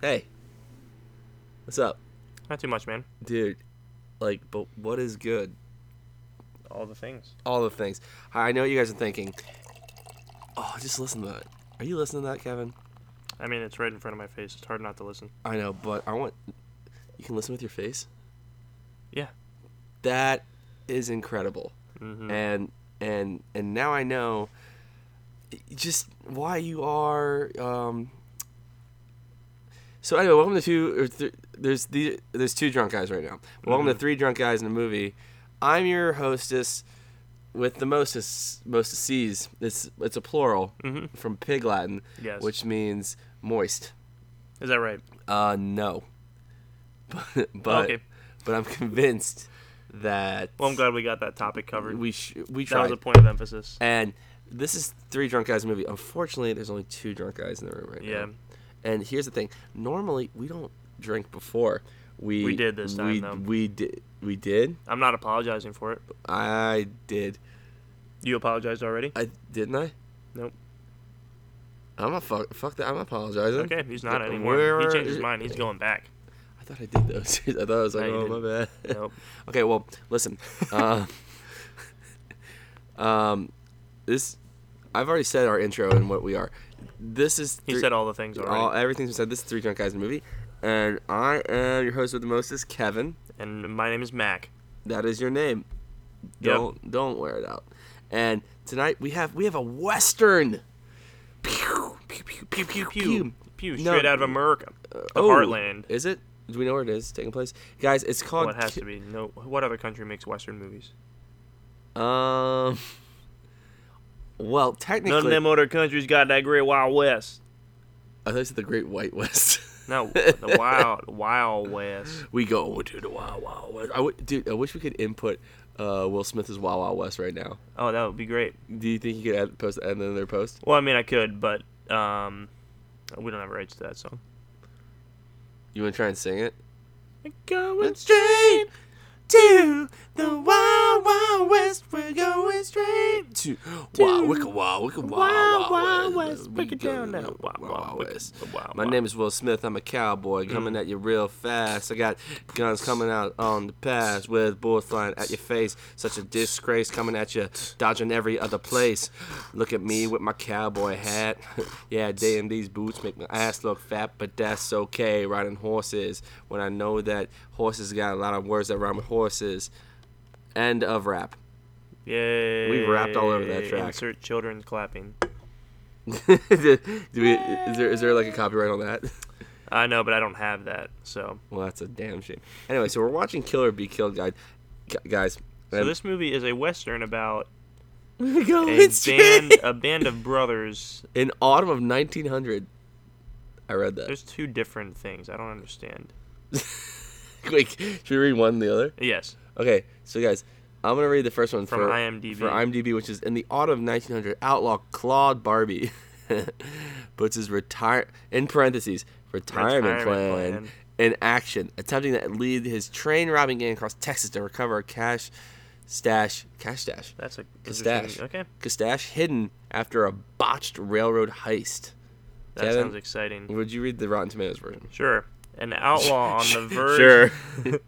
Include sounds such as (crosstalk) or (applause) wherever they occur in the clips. Hey, what's up, Not too much, man. dude? Like, but what is good? All the things. All the things. I know what you guys are thinking. Oh, just listen to that. Are you listening to that, Kevin? I mean, it's right in front of my face. It's hard not to listen. I know, but I want. You can listen with your face. Yeah. That is incredible. Mm-hmm. and and and now I know just why you are. Um, so anyway, welcome to two. Or th- there's the there's two drunk guys right now. Welcome Mm-hmm. to three drunk guys in a movie. I'm your hostess with the mostest mostest C's. It's it's a plural Mhm. from Pig Latin, Yes. which means moist. Is that right? Oh, Uh, no, (laughs) but but, okay. but I'm convinced that Well, I'm glad we got that topic covered. we sh- we that tried. was a point of emphasis. And this is three drunk guys movie. Unfortunately, there's only two drunk guys in the room right Yeah. now. And here's the thing: normally we don't drink before. We We did this time, we, though. We did. We did. I'm not apologizing for it. I did. You apologized already? I didn't I. Nope. I'm not fuck. Fuck that. I'm apologizing. Okay, he's not Uh, anymore. He where- changed his mind. He's going (laughs) back. I thought I did those. (laughs) I thought I was like, No, you oh my bad. Nope. (laughs) Okay, well, (laughs) listen. Um, (laughs) um, this I've already said our intro and what we are. This is He three- said all the things already. all everything's been said. This is three drunk guys in a movie, and I am your host with the most is Kevin. and my name is Mac. That is your name. Yep. Don't don't wear it out. And tonight we have we have a western. Pew pew pew pew pew Pew. Pew. No. Straight out of America. The Oh, heartland. Is it? Do we know where it is taking place, guys? It's called. Well, it has Ki- to be. No. What other country makes Western movies? Um. Well, None of technically, them other countries got that great Wild West. I think it's the Great White West. (laughs) No, the Wild Wild West. we go to the Wild Wild West. I would, dude, I wish we could input uh, Will Smith's Wild Wild West right now. Oh, that would be great. Do you think you could add, post and then their post? Well, I mean, I could, but um, we don't have rights to that song. You want to try and sing it? Going straight to the Wild Wild West. We're going straight to Wild Wicked Wild Wicked Wild Wild, Wild Wild West. We Break it go down to now. the Wild, Wild, Wicked, the Wild, My Wild. name is Will Smith. I'm a cowboy coming at you real fast. I got guns coming out on the pass with bullets flying at your face. Such a disgrace coming at you, dodging every other place. Look at me with my cowboy hat. (laughs) yeah, they in these boots make my ass look fat, but that's okay. Riding horses when I know that horses got a lot of words that rhyme with horses. End of rap. (laughs) Yay! We rapped all over that track. Insert children clapping. do we, is there is there like a copyright on that? (laughs) I know, but I don't have that. So, Well, that's a damn shame. Anyway, so we're watching Killer Be Killed, guy, gu- guys. so this movie is a western (laughs) about we're a going band, uh, straight. a band of brothers. In autumn of 1900, I read that. There's two different things. I don't understand. (laughs) Wait, should we read one and the other? Yes, Okay, so guys, I'm gonna read the first one From for IMDb. For IMDb, which is in the autumn of 1900, outlaw Claude Barbie (laughs) puts his retire in parentheses retirement, Retirement plan, plan. in action, attempting to lead his train robbing gang across Texas to recover a cash stash, cash stash, that's a Stash. interesting- Okay, Castash hidden after a botched railroad heist. that Kevin? sounds exciting. Would you read the Rotten Tomatoes version? Sure, an outlaw on (laughs) the verge. Sure.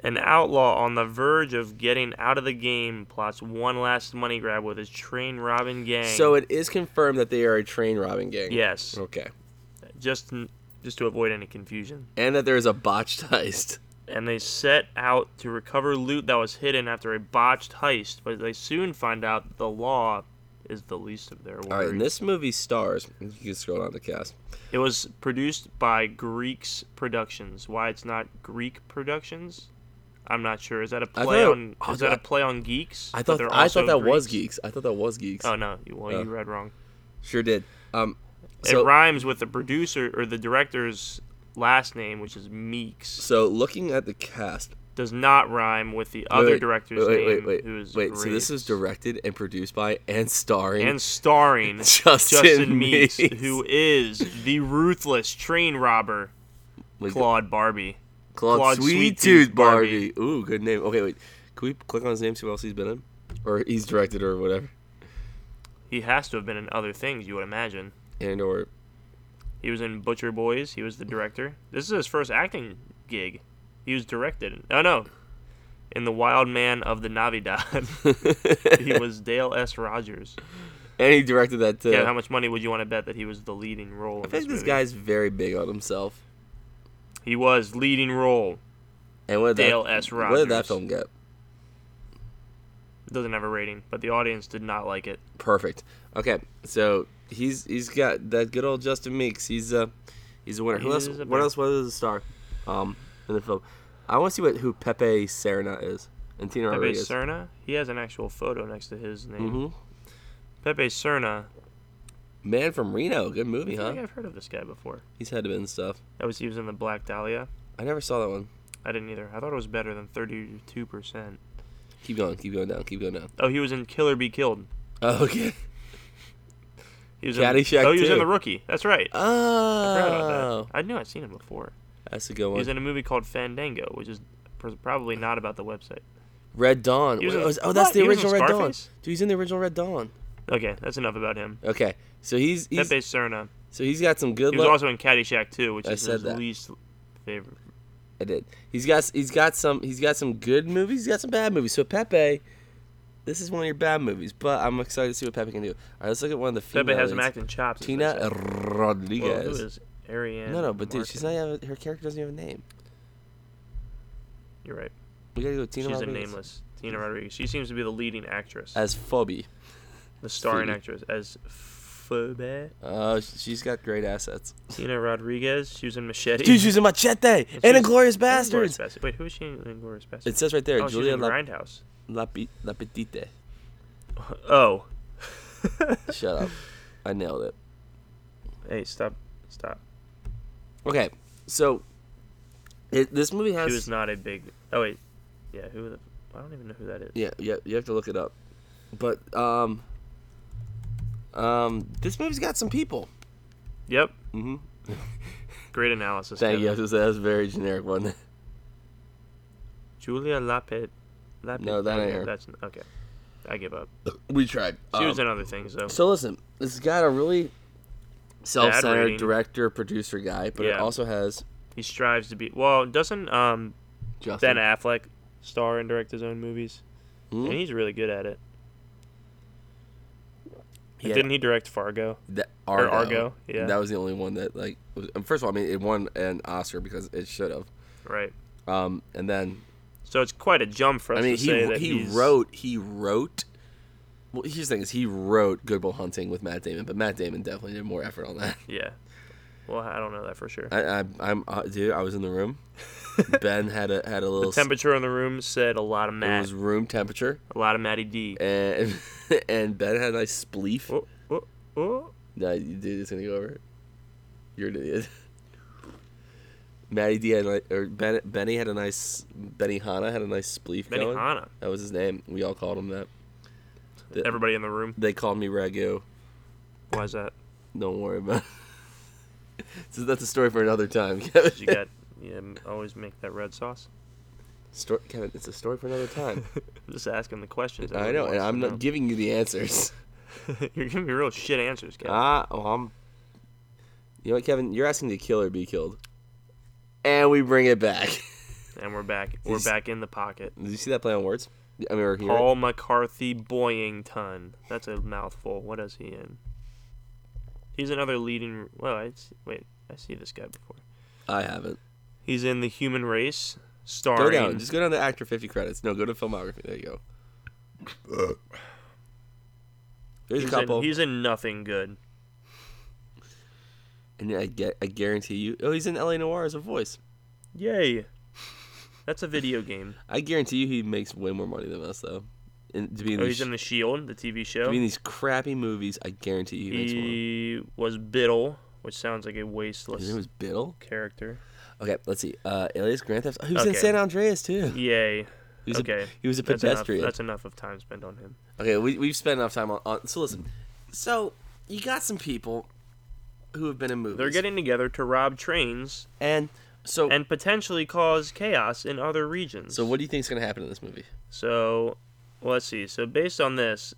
An outlaw on the verge of getting out of the game plots one last money grab with his train robbing gang. so it is confirmed that they are a train robbing gang. yes, Okay. just n- just to avoid any confusion, And that there is a botched heist. and they set out to recover loot that was hidden after a botched heist. But they soon find out that the law is the least of their worries. All right. And this movie stars. You can scroll down the cast. It was produced by Greeks Productions. Why it's not Greek Productions? I'm not sure. Is that a I play thought- on? oh, is that a God. play on geeks? I But thought they're I also thought that was Greeks? geeks. I thought that was geeks. Oh no! you- Well, Oh. you read wrong. Sure did. Um. it So, rhymes with the producer or the director's last name, which is Meeks. so looking at the cast. Does not rhyme with the Wait, other wait, director's wait, wait, name, wait, who is wait. So this Graves. was directed and produced by and starring and starring (laughs) Justin Justin, Meeks, Meeks. who is the ruthless train robber Wait, Claude Barbie. Claude, Claude Sweet Sweet Tooth Tooth Barbie. Ooh, good name. Okay, wait. Can we click on his name, see what else he's been in? Or he's directed or whatever. He has to have been in other things, you would imagine. And or He was in Butcher Boys. He was the director. This is his first acting gig. He was directed. Oh no, in The Wild Man of the Navidad. (laughs) (laughs) (laughs) he was Dale S. Rogers. and he directed that too. Yeah, how much money would you want to bet that he was the leading role? I think this guy's very big on himself. He was leading role. And what did Dale that, S. What did that Rogers. film get? It doesn't have a rating, but the audience did not like it. Perfect. Okay, so he's he's got that good old Justin Meeks. He's uh he's a winner. Who He else? is a What bear. else was a star? Um, in the film, I want to see what who Pepe Serna is and Tina Pepe Rodriguez. Serna. He has an actual photo next to his name. hmm Pepe Serna. Man from Reno. Good movie, I think huh? I've heard of this guy before. He's had to been stuff. That was he was in the Black Dahlia. I never saw that one. I didn't either. I thought it was better than thirty-two percent. Keep going. Keep going down. Keep going down. (laughs) Oh, he was in Killer Be Killed. Oh, okay. He was Caddyshack In, oh, he was in 2. the Rookie. That's right. I forgot Oh, about that. I knew I'd seen him before. that's a good He was one. in a movie called Fandango, which is pr- probably not about the website. Red Dawn. He was Wait, in- was- oh, that's what? the He was in original Red Dawn. Scarface? Dude, he's in the original Red Dawn. Okay, that's enough about him. Okay, so he's, he's Pepe Serna. so he's got some good. He was look- also in Caddyshack 2, which I is said his that. least favorite. I did. He's got he's got some he's got some good movies. He's got some bad movies. So Pepe, this is one of your bad movies, but I'm excited to see what Pepe can do. All right, let's look at one of the female. Pepe has some leads. acting chops. as they say. Tina Well, who Rodriguez. is Ariane? no, no, but dude, Martin? she's not have, her character doesn't even have a name. You're right. We gotta go with Tina she's Rodriguez. a nameless Tina Rodriguez. She seems to be the leading actress, As Phoebe. the starring Phoebe. actress as Phoebe. Uh, she's got great assets. Tina Rodriguez. She was in Machete. Dude, she's in Machete and was- Inglorious Inglourious Bastards. Bastard- Wait, who is she in Inglorious Bastards? It says right there, oh, she's Julia in La, Grindhouse. (laughs) La, Pi- La Petite. Oh, (laughs) (laughs) Shut up. I nailed it. hey, stop, stop. Okay, so it, this movie has She was not a big. Oh wait, yeah. Who? The, I don't even know who that is. Yeah, yeah, you have to look it up. But um, um, this movie's got some people. Yep. Mm-hmm. Great analysis. Thank you. (laughs) I Kevin. was gonna say, That was a very generic one. (laughs) Julia Lapid. Lapid. No, that ain't her. That's okay. I give up. we tried. She Um, was in other things though. so listen, it's got a really self-centered rating. director producer guy, but it Yeah. also has He strives to be. Well, doesn't um Ben Justin. Affleck star and direct his own movies, Hmm? and he's really good at it. Yeah. Didn't he direct Fargo? That- or Argo, yeah. That was the only one that like. Was, and first of all, I mean, it won an Oscar because it should have. Right. Um, and then So it's quite a jump for us I mean, to say he that he he's- wrote he wrote. Well, here's the thing: is he wrote Good Will Hunting with Matt Damon, but Matt Damon definitely did more effort on that. (laughs) Yeah. Well, I don't know that for sure. I, I I'm uh, dude, I was in (laughs) the room. ben had a had a little. The temperature in the room said a lot of it Matt, was room temperature, a lot of Matty D. and (laughs) and Ben had a nice spleef. Oh, oh, oh. Nah, you- dude, it's gonna go over. You're an idiot. (laughs) Matty D had a, ni- or ben, Benny had a nice Benny Hanna had a nice spleef Benny going. Hanna. That was his name. We all called him that. Th- Everybody in the room. They called me Ragu. Why is (laughs) that? Don't worry about it. (laughs) so that's a story for another time, (laughs) Did you Kevin. got yeah, m- always make that red sauce. Sto- Kevin, it's a story for (laughs) another time. Just ask him the questions. I know, and I'm not giving you (laughs) the answers. You're giving me real shit answers, Kevin. Ah, oh, I'm. You know what, Kevin? You're asking to kill or be killed. And we bring it back. (laughs) and we're back. We're He's- back in the pocket. Did you see that play on words? I mean, we're here. Paul McCarthy Boyington. That's a mouthful. What is he in? He's another leading. Well, I s- wait. I see this guy before. I haven't. He's in The Human Race, Go starring. down. Just go down to actor 50 credits. No, go to filmography. There you go. There's he's, a couple. In, he's in nothing good. and I, get, I guarantee you. Oh, he's in LA Noir as a voice. Yay. That's a video (laughs) game. I guarantee you he makes way more money than us though. And to be in, Oh, these, he's in The Shield, the TV show. to be in these crappy movies, I guarantee you he makes more. He was Biddle, which sounds like a His wasteless name was Biddle. character. Okay, let's see. Uh, Alias Grand Theft. Oh, he was in Okay. San Andreas too. He Yay. was A, Okay. he was a That's enough, pedestrian. that's enough of time spent on him. Okay, we we've spent enough time on, on. So listen, so you got some people who have been in movies. They're getting together to rob trains and so and potentially cause chaos in other regions. so. What do you think's gonna happen in this movie? So, well, let's see. (laughs) So, based on this,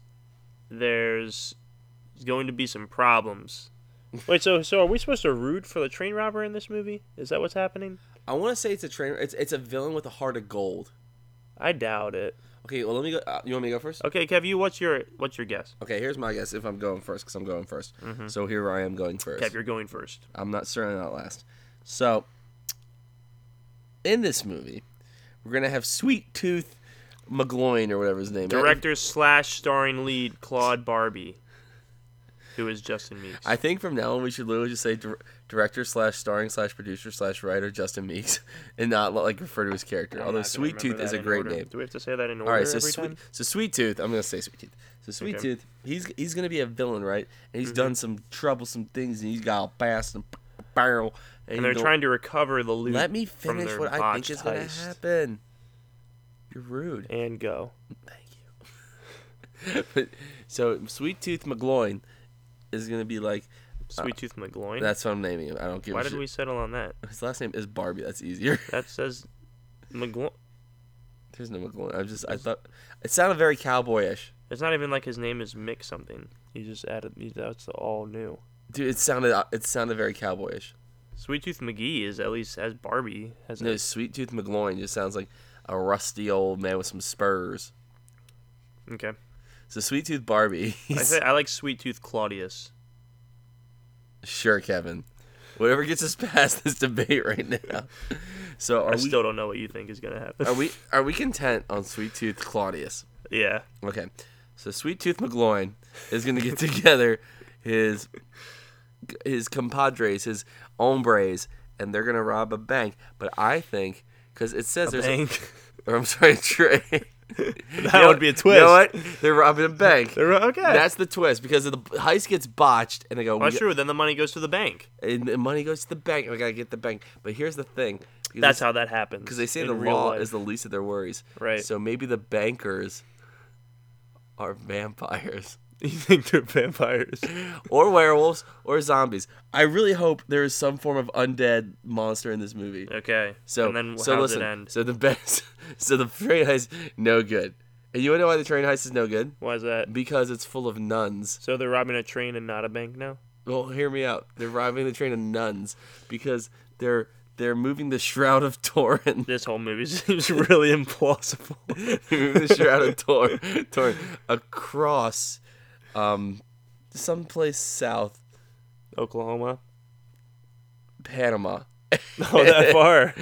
there's going to be some problems Wait, so so are we supposed to root for the train robber in this movie? Is that what's happening? I want to say it's a train. It's it's a villain with a heart of gold. I doubt it. Okay, well let me go. Uh, you want me to go first? Okay, Kev, you what's your what's your guess? Okay, here's my guess. If I'm going first, because I'm going 1st So here I am going first. Mm-hmm. Kev, you're going first. I'm not certainly not last. So in this movie, we're gonna have Sweet Tooth McGloin or whatever his name. is. Director slash starring lead Claude Barbie, who is Justin Meeks. I think from now on we should literally just say dir- director slash starring slash producer slash writer Justin Meeks, (laughs) and not like refer to his character. I'm Although not gonna Sweet Tooth remember is that a in great order. name. Do we have to say that in order? All right, so every sweet, time? so sweet tooth. I'm gonna say sweet tooth. So sweet Okay. Mm-hmm. tooth. He's he's gonna be a villain, right? And he's done some troublesome things, and he's got a past and barrel. And they're you know- trying to recover the loot. Let me from finish their what I think botched is gonna heist. happen. You're rude. And go. Thank you. (laughs) but, so sweet tooth McGloin is gonna be like. Sweet Tooth McGloin. Uh, That's what I'm naming him. I don't give Why a did shit. we settle on that? His last name is Barbie. That's easier. (laughs) That says McGloin. There's no McGloin. I just I thought it sounded very cowboyish. It's not even like his name is Mick something. He just added. he- That's all new. Dude, it sounded it sounded very cowboyish. Sweet Tooth McGee is at least as Barbie has. No, Sweet Tooth McGloin just sounds like a rusty old man with some spurs. Okay. So Sweet Tooth Barbie. (laughs) I, he's- say, I like Sweet Tooth Claudius. sure, Kevin. Whatever gets us past this debate right now. (laughs) So are I we still don't know what you think is gonna happen. are we are we content on Sweet Tooth Claudius? (laughs) yeah. Okay. So Sweet Tooth McGloin is gonna get (laughs) together his his compadres, his hombres, and they're gonna rob a bank. But I think because it says there's Bang. or I'm sorry, (laughs) Trey. that would be a You twist. know what? They're robbing a (laughs) bank. They're ro- okay. That's the twist because if the heist gets botched and they go, Well, we- that's true. Then the money goes to the bank. and the money goes to the bank and we gotta get the bank. But here's the thing. because That's how that happens. because they say in the real law life. is the least of their worries. Right. So maybe the bankers are vampires (laughs) you think they're vampires? or werewolves or zombies. I really hope there is some form of undead monster in this movie. Okay. So and then so how listen. does it end? So the best. (laughs) So the train heist no good. And you wanna know why the train heist is no good? Why is that? Because it's full of nuns. So they're robbing a train and not a bank now. Well, hear me out. They're robbing the train of nuns because they're they're moving the shroud of Torrin. (laughs) This whole movie (laughs) seems really implausible. (laughs) moving the shroud of Tor, Torrin across um someplace south Oklahoma. Panama. (laughs) Oh, that far.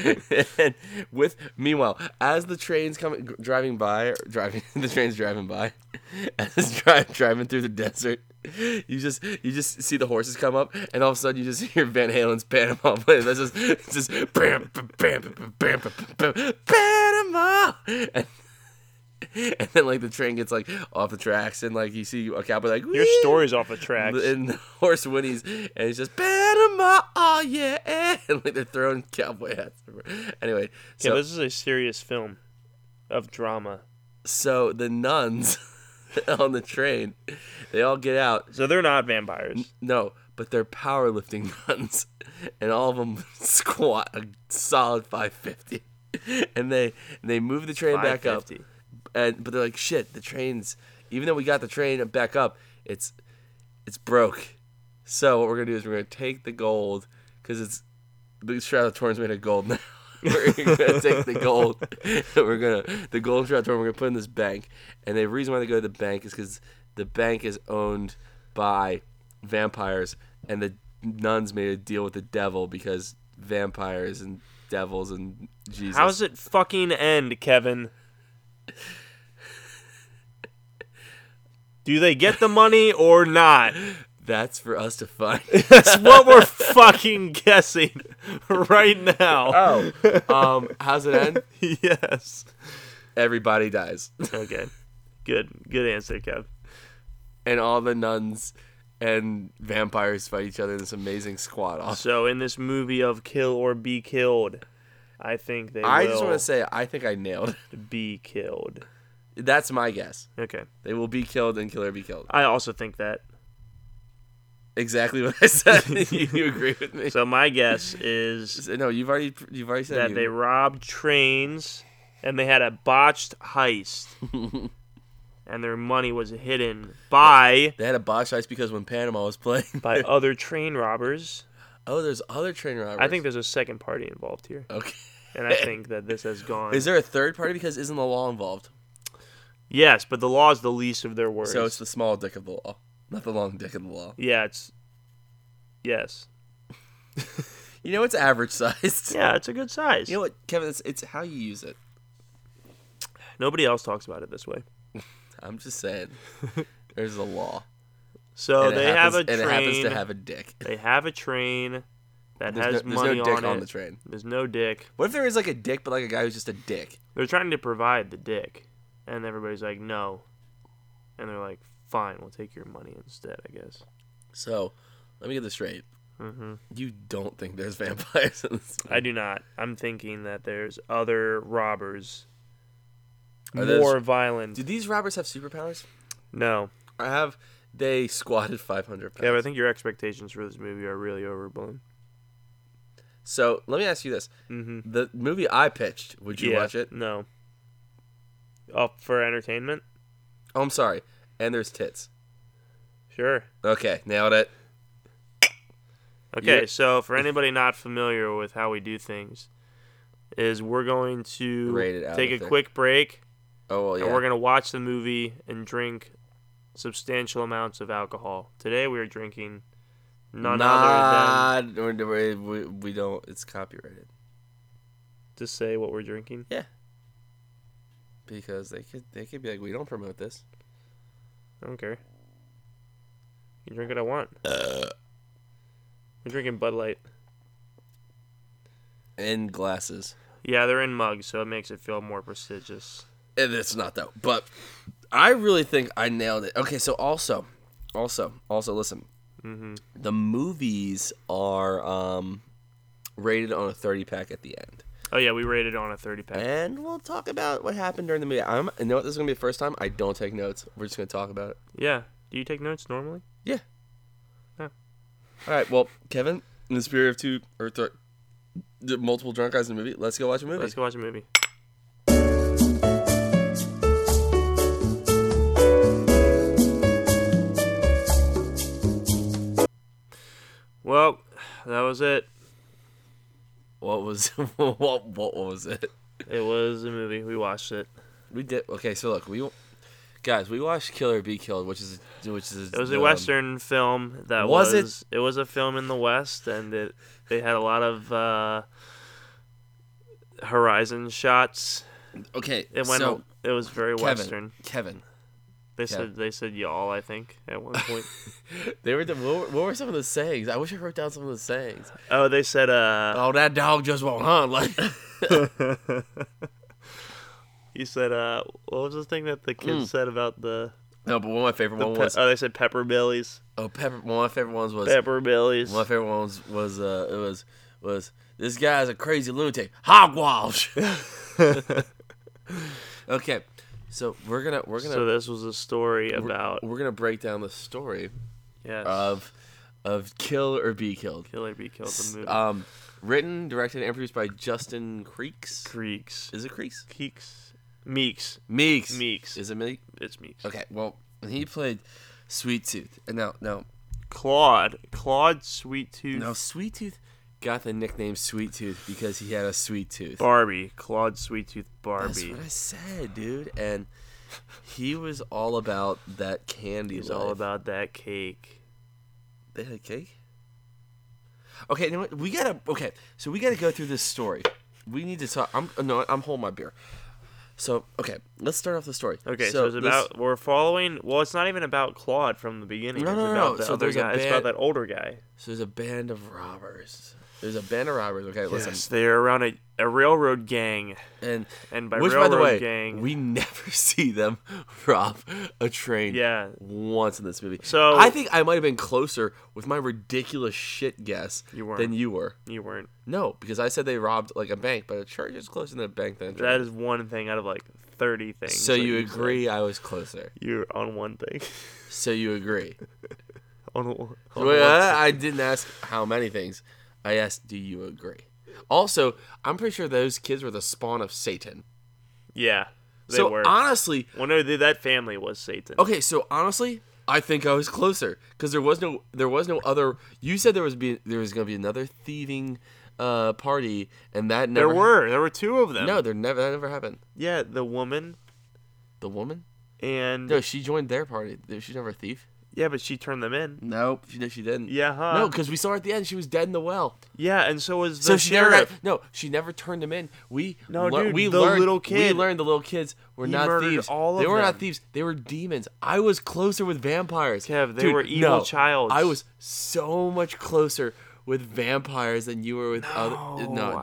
and with meanwhile, as the train's coming gr- driving by, or driving (laughs) the train's driving by, (laughs) as it's dri- driving through the desert, you just you just see the horses come up, and all of a sudden you just (laughs) hear Van Halen's Panama play. That's just it's just bam bam bam bam bam bam, bam Panama. And, (laughs) and then like the train gets like off the tracks, and like you see a cowboy like (laughs) Your "Whee!" story's off the tracks. (laughs) And the horse whinnies, and it's just Panama, oh yeah, (laughs) and like they're throwing cowboy hats. Over. Anyway, Yeah, so this is a serious film of drama. so the nuns (laughs) on the train, they all get out. So they're not vampires. No, but they're powerlifting (laughs) nuns, and all of them (laughs) squat a solid five fifty, and they they move the train back up. 550. and but they're like shit the train's even though we got the train back up it's it's broke so what we're gonna do is we're gonna take the gold because it's the shroud of torn's made of gold (laughs) now we're gonna take the gold (laughs) and we're gonna the gold shroud of torn we're gonna put in this bank and the reason why they go to the bank is because the bank is owned by vampires and the nuns made a deal with the devil because vampires and devils and jesus How's it fucking end, Kevin? Do they get the money or not? that's for us to find That's what we're fucking guessing right now. Oh, um, how's it end? Yes. Everybody dies, (laughs) Okay. Good. Good answer, Kev. and all the nuns and vampires fight each other in this amazing squad off. So in this movie of kill or be killed, I think they I will just want to say, I think I nailed. it. be killed. (laughs) That's my guess. Okay. They will be killed and killer be killed. I also think that. Exactly what (laughs) I (laughs) said. you, you agree with me? So my guess is no, you've already you've already said that you- they (laughs) robbed trains and they had a botched heist. and their money was hidden by They had a box ice because when Panama was playing. (laughs) by other train robbers. oh, there's other train robbers. I think there's a second party involved here, Okay. and I (laughs) think that this has gone. Is there a third party? Because isn't the law involved? yes, but the law is the least of their worries. So it's the small dick of the law, not the long dick of the law. yeah, it's yes, You know, it's average sized. yeah, it's a good size. You know what, Kevin? It's, it's how you use it. Nobody else talks about it this way. I'm just (laughs) saying. There's a law. So And it Oh, they have happens- a train. And it happens to have a dick. They have a train that There's, has no, there's money no dick on on, it. the train. There's no dick. What if there is like a dick, but like a guy who's just a dick? They're trying to provide the dick, and everybody's like, no, and they're like, fine, we'll take your money instead, I guess. So, let me get this straight. hmm You don't think there's (laughs) vampires in this? I do not. I'm thinking that there's other robbers, Are those- more violent. Do these robbers have superpowers? no, I have. They squatted 500 pounds. yeah, but I think your expectations for this movie are really overblown. so let me ask you this: Mm-hmm. the movie I pitched, would you watch it? No. Up for entertainment? Oh, I'm sorry. And there's tits. Sure. Okay, nailed it. Okay, Yeah. so for anybody not familiar with how we do things, is we're going to Rate it out take a of there. quick break Oh well, yeah. and we're going to watch the movie and drink substantial amounts of alcohol. Today we are drinking none other than Nah, we- we, we don't. It's copyrighted to say what we're drinking. because they could they could be like, we don't promote this. I don't care. You can drink what I want. Uh. We're drinking Bud Light. In glasses. Yeah, they're in mugs, so it makes it feel more prestigious. And it's not though. But I really think I nailed it. Okay, so also, also, also, listen. Mm-hmm. The movies are um, rated on a thirty pack at the end, Oh yeah, we rated on a thirty pack. and we'll talk about what happened during the movie. I'm. You know what? This is gonna be the first time I don't take notes. We're just gonna talk about it. Yeah. Do you take notes normally? Yeah. Oh. All right. Well, Kevin, in the spirit of two or th- the multiple drunk guys in the movie, let's go watch a movie. Let's go watch a movie. Well, that was it. What was (laughs) what what was it? It was a movie. We watched it. We did okay. So look, we guys, we watched Killer Be Killed, which is which is It was a um, western film that Was was, it- it? was a film in the West, and it they had a lot of uh, horizon shots. Okay, It went. So, it was very Kevin, western. Kevin, They said they said y'all. I think at one point. (laughs) they were the, what, were, what were some of the sayings? I wish I wrote down some of the sayings. oh, they said uh, (laughs) Oh, that dog just won't hunt. Like, (laughs) He said, uh, what was the thing that the Hmm. kids said about the, (laughs) no, but one of my favorite the one pe- was oh, they said pepper bellies, oh, pepper. One of my favorite ones was pepper bellies. One of my favorite ones was uh, it was was this guy's a crazy lunatic, (laughs) hogwash. okay, so we're gonna we're gonna So this was a story about we're gonna break down the story yes, of of Kill or Be Killed. Killer Be Killed the movie. Um, written, directed, and produced by Justin Creeks. Creeks, Is it Creeks? Keeks, Meeks, Meeks. Meeks. Is it Meeks? It's Meeks. Okay, well, he played Sweet Tooth, and now now Claude, Claude Sweet Tooth now Sweet Tooth got the nickname Sweet Tooth because he had a sweet tooth. Barbie, Claude Sweet Tooth Barbie. That's what I said, dude. And he was all about that candy. He's life. all about that cake. They had a cake. Okay, you know what? We gotta. Okay, so we gotta go through this story. We need to talk. I'm no. I'm holding my beer. So okay, let's start off the story. Okay, so, it's this- about we're following. Well, it's not even about Claude from the beginning. No, it's no, no, about no. the So other there's a guy. It's bad- about that older guy. So there's a band of robbers. There's a band of robbers. Okay, Yes, listen. they're around a, a railroad gang. And And by which, railroad by the way, gang, we never (laughs) see them rob a train. yeah, once in this movie. So- I think I might have been closer with my ridiculous shit guess You weren't. than you were. you weren't. No, because I said they robbed like a bank, but a church is closer than a bank than a church. That is one thing out of like thirty things. So that you said. agree I was closer. You're on one thing. (laughs) So you agree. on one- on Well, one- I I didn't ask how many things. I asked, do you agree? Also, I'm pretty sure those kids were the spawn of Satan. yeah, They so were. honestly, well, no, they, that family was Satan. okay. So honestly, I think I was closer because there was no there was no other. You said there was be there was gonna be another thieving uh party, and that never There were there were two of them. no, there never that never happened. Yeah, the woman The woman? and No, she joined their party. She's never a thief. yeah, but she turned them in. Nope, she no, she didn't. Yeah, huh? No, because we saw her at the end. She was dead in the well. Yeah, and so was the so she never got, sheriff. no, she never turned him in. We No, lear- dude, we the learned, little We kid. learned the little kids were He not murdered thieves. all of they were not them. thieves. They were demons. I was closer with vampires. Kev, they Dude, were evil no. childs. I was so much closer with vampires than you were with other. No,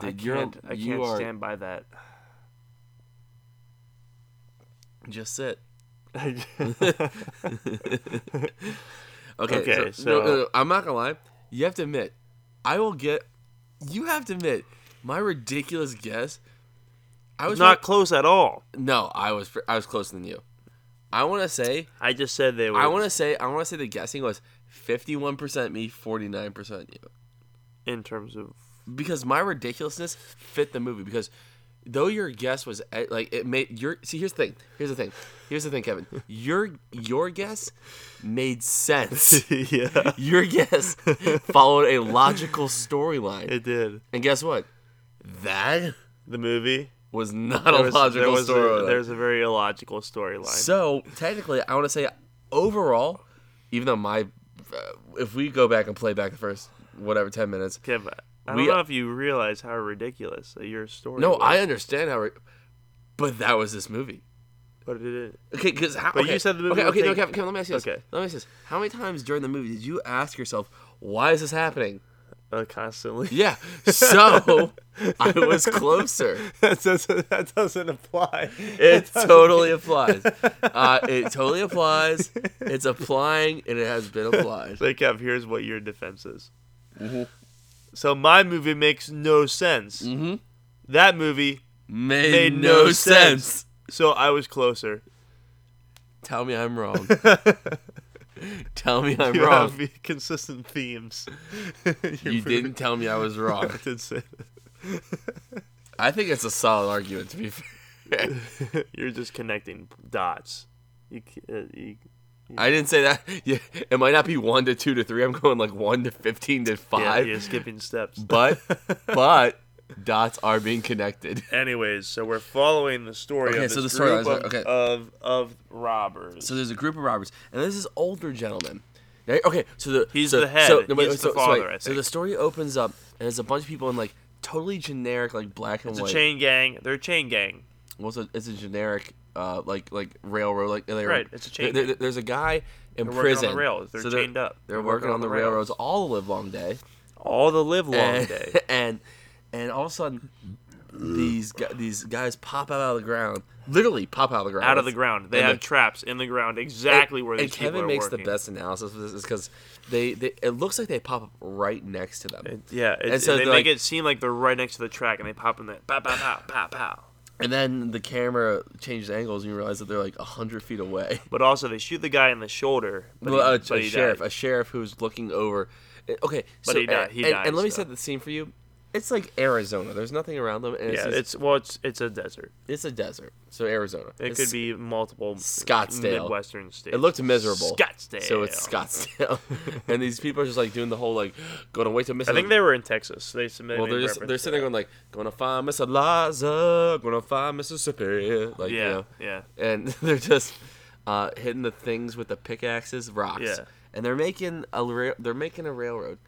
Oh, dude, I you're can't. I you can't are stand by (laughs) that. (laughs) just it. Okay, Okay, so, so- no, no, no, I'm not gonna lie. You have to admit, I will get. You have to admit, my ridiculous guess. I was Not close at all. No, I was pr- I was closer than you. I want to say I just said they were. I want to say I want to say the guessing was 51% me, 49% you. in terms of (laughs) Because my ridiculousness fit the movie because though your guess was eh, like it made your See, here's the thing. Here's the thing. Here's the thing, Kevin. Your your guess (laughs) made sense. yeah, Your guess followed a logical storyline. it did. And guess what? That The movie. was not There a was- logical there was a- storyline. There's a very illogical storyline. So technically, I want to say overall, even though my, uh, if we go back and play back the first whatever ten minutes, Kev, I We- don't know if you realize how ridiculous your story. no, was, I understand how, it- but that was this movie. But it is. Okay, because how? But you okay, said the movie Okay, would okay, no, take- Kevin, Kevin, let me ask you this. Okay. Let me ask you this. How many times during the movie did you ask yourself, "Why is this happening?" Uh, constantly. (laughs) Yeah. So I was closer. that doesn't. That doesn't apply. (laughs) It totally applies. Uh, it totally applies. It's applying, and it has been applied. So Kev, here's what your defense is. Mm-hmm. So my movie makes no sense. Mhm. That movie. Made, Made no no sense. sense. So I was (laughs) closer. Tell me (laughs) I'm wrong. tell me I'm you wrong. have (laughs) consistent themes. (laughs) You didn't tell me I was wrong. I did (laughs) say that. I think it's a solid argument to be fair. You're just connecting dots. You, c- uh, you I didn't say that. Yeah, it might not be one to two to three. I'm going like one to fifteen to yeah, five. you're skipping steps. (laughs) But but dots are being connected. anyways, so we're following the story Okay, of so this the story group was- of, okay. of of robbers. So there's a group of robbers, and this is older gentlemen. Now- Okay, so the He's so, the head, So, no, wait, he's so, the so wait, father, I so the think. story opens up, and there's a bunch of people in like totally generic, like black and it's a white. chain gang. They're a chain gang. well, it's a, it's a generic, uh, like like railroad, like they Right, it's a chain there- gang. there- there's a guy in They're working on the prison. rails, they're chained up. They're, working, on the railroads all the live long day. All the live long And, day. (laughs) and and all of a sudden, these gu- these guys pop out of the ground, literally pop out of the ground, Out of the ground. They And have traps in the ground exactly where these and Kevin people are makes working. the best analysis of this is because they, they it looks like they pop up right next to them. Yeah, And it, so they they're make like- it seem like they're right next to the track, and they pop in there, pow, pow, pow, pow, pow. And then the camera changes angles and you realize that they're like 100 feet away. But also, they shoot the guy in the shoulder. But well, he, a, but a he sheriff, died. a sheriff who's looking over. eh, Okay, But so he died- he and, dies, and let me though. set the scene for you. It's like Arizona. There's nothing around them, and Yeah, it's, it's it's well, it's it's a desert. it's a desert. So Arizona. It It's- could be multiple Scottsdale. Midwestern states. It looked miserable. Scottsdale. So it's Scottsdale, (laughs) and these people are just like doing the whole like going to wait till Miss. I think they were in Texas. They submitted. Well, a they're just, reference they're to sitting there going like, "Gonna find Miss Eliza, gonna find Mississippi," like that. you know. yeah, and (laughs) they're just uh, hitting the things with the pickaxes, rocks, Yeah. and they're making a ra- they're making a railroad,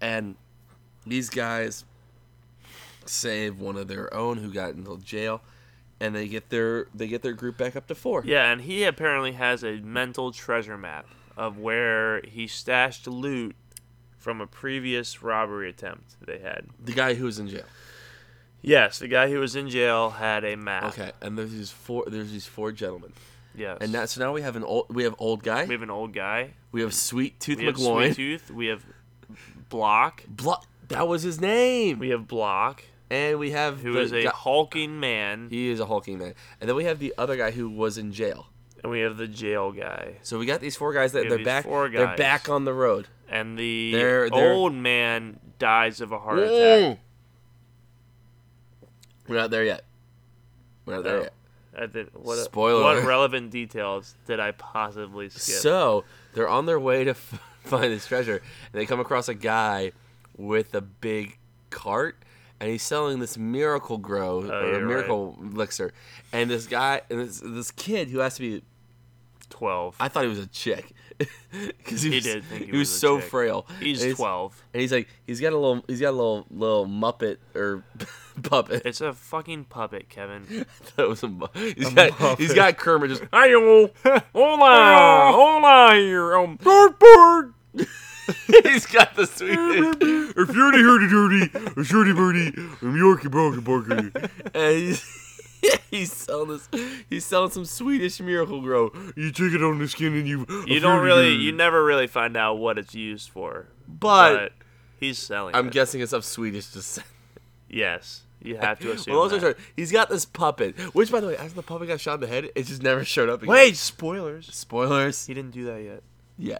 and these guys save one of their own who got into jail, and they get their they get their group back up to four. yeah, yeah. And he apparently has a mental treasure map of where he stashed loot from a previous robbery attempt they had. The guy who was in jail. Yes, the guy who was in jail had a map. Okay, and there's these four there's these four gentlemen, Yes. and that so now we have an old we have old guy, we have an old guy. we have Sweet Tooth We have Sweet McLoin. Tooth. We have Block. (laughs) Blo- that was his name, We have Block, and we have who the is a guy- hulking man, He is a hulking man. And then we have the other guy who was in jail. and we have the jail guy. So we got these four guys We that have they're these back. four They're guys. back on the road. and the They're- they're- old man dies of a heart attack. We're not there yet. We're not there No. yet. I did, what, Spoiler. What relevant details did I possibly skip? So they're on their way to (laughs) f- find this treasure, and they come across a guy with a big cart, and he's selling this miracle grow or Oh, you're miracle elixir. And this guy, and this, this kid who has to be, Twelve. I thought he was a chick, (laughs) because he, He was- did think he he was was a so chick. frail. He's And twelve. and he's like, he's got a little, he's got a little little muppet or (laughs) puppet. It's a fucking puppet, Kevin. (laughs) that was a, mu- he's got, he's muppet. got Kermit just (laughs) Hey, yo, hola, hola here. Um, Dartboard. He's got the sweetest. If you're hurdy dirty, or shirty birdie, I'm Yorkie Barky Barky. (laughs) And he's, (laughs) he's selling this. He's selling some Swedish miracle grow. You take it on the skin and you. You don't really, you never really find out what it's used for, But but he's selling. I'm it. guessing it's of Swedish descent. Yes, you have (laughs) to assume. Well, those are that. short. He's got this puppet, which, by the way, after the puppet got shot in the head, it just never showed up again. Wait, spoilers. spoilers. He didn't do that yet. Yeah.